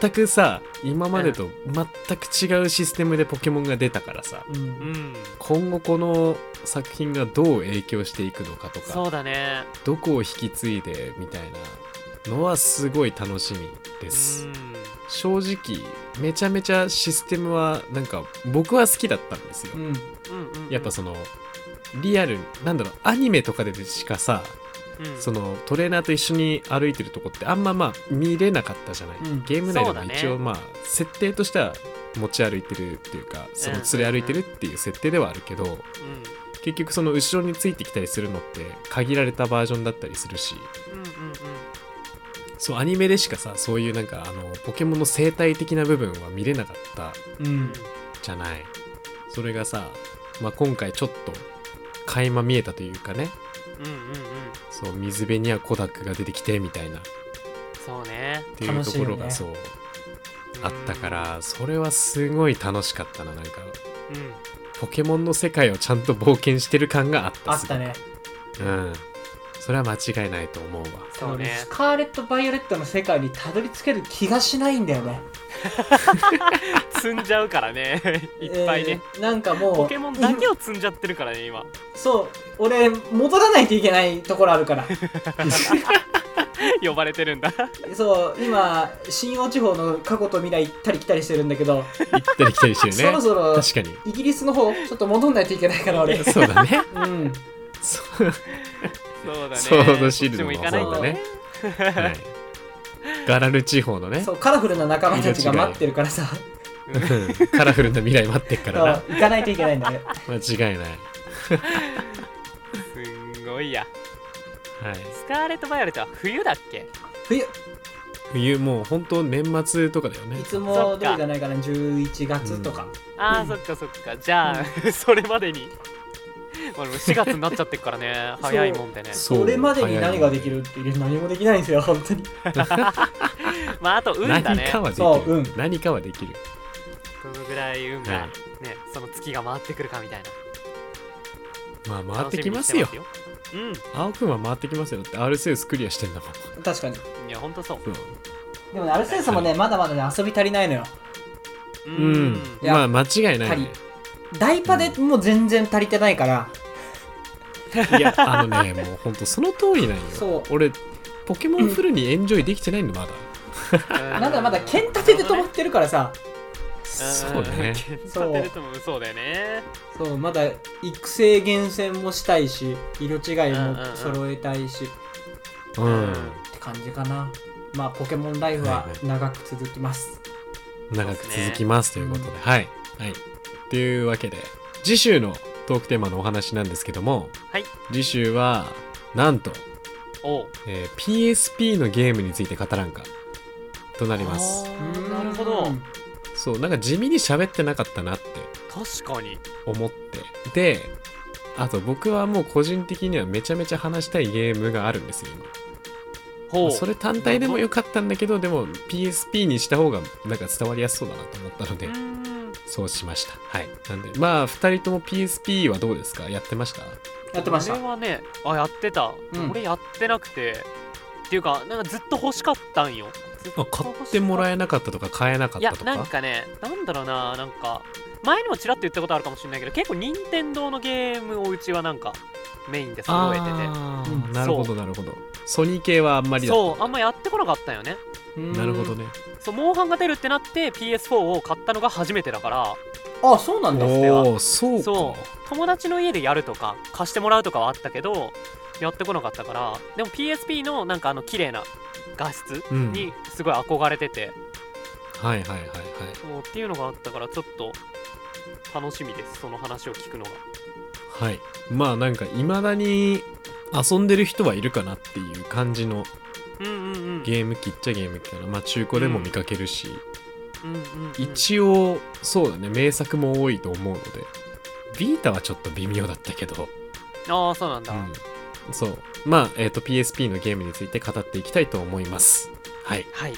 B: 全くさ今までと全く違うシステムでポケモンが出たからさ
A: う
C: うんん
B: 今後この作品がどう影響していくのかとか
C: そうだね
B: どこを引き継いでみたいなのはすごい楽しみで
C: う
B: す
C: ん
B: 正直めちゃめちゃシステムはなんか僕は好きだったんですよ
A: うん
C: うんうんうん
B: やっぱそのリアルなんだろうアニメとかでしかさ
C: うん
B: そのトレーナーと一緒に歩いてるとこってあんままあ見れなかったじゃない、
A: うん
B: ゲーム内で
C: そうだ
B: も
C: ね
B: 一応まあ設定としては持ち歩いてるっていうかその連れ歩いてるっていう設定ではあるけど、
C: うん
B: 結局その後ろについてきたりするのって限られたバージョンだったりするし
C: うんうん
B: そうアニメでしかさそういうなんかあのポケモンの生態的な部分は見れなかった
A: う
C: うんうんん
B: じゃないそれがさ、まあ、今回ちょっと垣間見えたというかね
C: うんうんうん
B: そう水辺にはコダックが出てきてみたいなっ
C: そうね
B: ていうところが
A: 楽しい
B: そう、
A: よ
B: あったからそれはすごい楽しかったななんか
C: うん
B: ポケモンの世界をちゃんと冒険してる感があった
A: あったね
B: すごくうんそれは間違いないと思うわ
C: そうね
A: スカーレット・バイオレットの世界にたどり着ける気がしないんだよね
C: 積んじゃうか らねいっぱいね
A: えーなんかもう
C: ポケモンだけを積んじゃってるからね今
A: そう俺戻らないといけないところあるから
C: 呼ばれてるんだ
A: そう今新大地方の過去と未来行ったり来たりしてるんだけど、
B: 行ったり来たりしてる ね
A: そろそろ
B: 確かに
A: イギリスの方ちょっと戻んないといけない から俺
B: そうだね
A: うん
B: そう
C: そうだね
B: ソードシールドも
C: こっちも行かない
B: そうだ
C: と
B: ね、はい、ガラル地方のね
A: そうカラフルな仲間たちが待ってるからさ
B: うんカラフルな未来待ってっからな
A: そう行かないといけないんだ ね
B: 間違いない
C: すんごいや
B: はい
C: スカーレット・バイオレットは冬だっけ
A: 冬い
B: 冬もう本当年末とかだよね
A: つも通りじゃないから11月とか
C: あー、
A: うん
C: そっかそっかじゃあ、それまでにまあでも4月になっちゃってっか らね早いもんでね
B: そう
A: それまでに何ができるっていや何もできないんですよ本当に
C: まああと運だ
B: 何
C: ね
B: かはでき
A: そう
B: る、
A: うん
B: 何かはできる
C: どのぐらい運
B: は
C: が
B: い
C: ねその月が回ってくるかみたいな
B: まあ回っ
C: 楽
B: て
C: し
B: き
C: み
B: ま
C: にし
B: すよ
C: ますよ
B: 青くんは回ってきますよだって RCS クリアしてんだもん
A: 確かに
C: うんいやほんとそう
B: そう
A: でもねアルセンスもねまだまだね遊び足りないのよ
C: う
B: うんん
A: いや
B: まあ間違いないね
A: ダイパでもう全然足りてないから
B: いやあのねもうほんとその通りなん
A: そ
B: よ
A: う
B: 俺ポケモンフルにエンジョイできてないのまだ
A: まだまだ剣立てで止まってるからさ
B: そうね
C: 剣立てるともそうだよね
A: そうまだ育成厳選もしたいし色違い
C: うんうんう
A: も
C: ん
A: 揃えたいしっ
B: う
C: うん
A: て感じかなまあポケモンライフは長く続きます
B: 長く続きますということではいはいというわけで次週のトークテーマのお話なんですけども
C: はい
B: 次週はなんと、
C: おう
B: えー PSP のゲームについて語らんかとなります
C: あーなるほど
A: うん
B: そうなんか地味に喋ってなかったなって
C: 確かに
B: 思ってであと僕はもう個人的にはめちゃめちゃ話したいゲームがあるんですよ今ま
C: ほ
B: あ
C: う
B: それ単体でもよかったんだけどでも PSP にした方がなんか伝わりやすそうだなと思ったので
C: うん
B: そうしましたはいなんでまあ2人とも PSP はどうですかやってました
A: やってました
C: 俺はねあやってた、
A: うん
C: 俺やってなくてっていうかなんかずっと欲しかったんよずっと
B: あ
C: 欲しか
B: 買ってもらえなかったとか買えなかっ
C: いや
B: たとか
C: なんかねなんだろうななんか前にもちらっと言ったことあるかもしれないけど結構任天堂のゲームをうちはなんかメインで揃えてて
B: あ
A: う
B: ー
A: ん
B: なるほどなるほどソニー系はあんまりだ
C: そうあんまやってこなかったよね
A: うん
B: なるほどね
C: そうモンハンが出るってなって PS4 を買ったのが初めてだから
A: あそうなんだ
C: では
B: おおそう
C: そ
B: か
C: う友達の家でやるとか貸してもらうとかはあったけどやってこなかったからでも PSP のなんかあの綺麗な画質
B: うん
C: にすごい憧れてて、
B: はいはいはいはい
C: そうっていうのがあったからちょっと楽しみですその話を聞くのが
B: はいまあなんかいまだに遊んでる人はいるかなっていう感じの
C: うんうんうん
B: ゲーム機っちゃゲーム機かな、まあ、中古でも見かけるし、
C: うんうんうん
B: 一応そうだね名作も多いと思うのでビータはちょっと微妙だったけど、
C: ああそうなんだ、
B: うん、そうまあ、えっと PSP のゲームについて語っていきたいと思いますはい
C: はい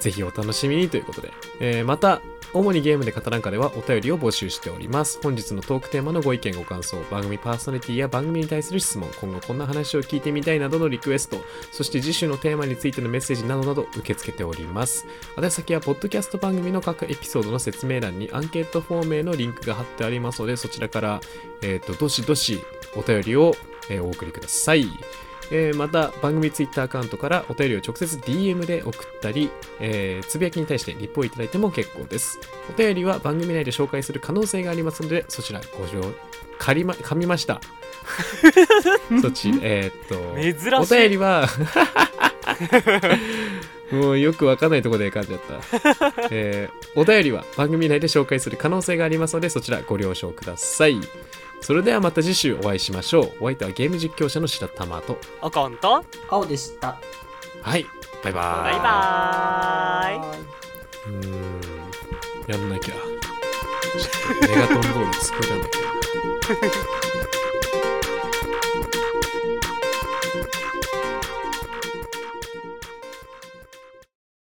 B: ぜひお楽しみにということで、えーまた主にゲームで語らんかではお便りを募集しております本日のトークテーマのご意見ご感想番組パーソナリティや番組に対する質問今後こんな話を聞いてみたいなどのリクエストそして次週のテーマについてのメッセージなどなど受け付けております宛先はポッドキャスト番組の各エピソードの説明欄にアンケートフォームへのリンクが貼ってありますのでそちらから、えー、とどしどしお便りを、えーお送りくださいえーまた番組ツイッターアカウントからお便りを直接 DM で送ったり、えーつぶやきに対してリポをいただいても結構ですお便りは番組内で紹介する可能性がありますのでそちらご上借りま噛みましたそちえーっと
C: 珍しい
B: お便りは もうよくわかんないとこで噛んじゃ った、えーお便りは番組内で紹介する可能性がありますのでそちらご了承くださいそれではまた次週お会いしましょうお相手はゲーム実況者の白玉と
C: アカウント
A: 青でした
B: はいバイバ
C: バ
B: ーイ
C: イバーイ
A: はーいう
B: ーんやんなきゃちょっとメガトンボール作らなきゃ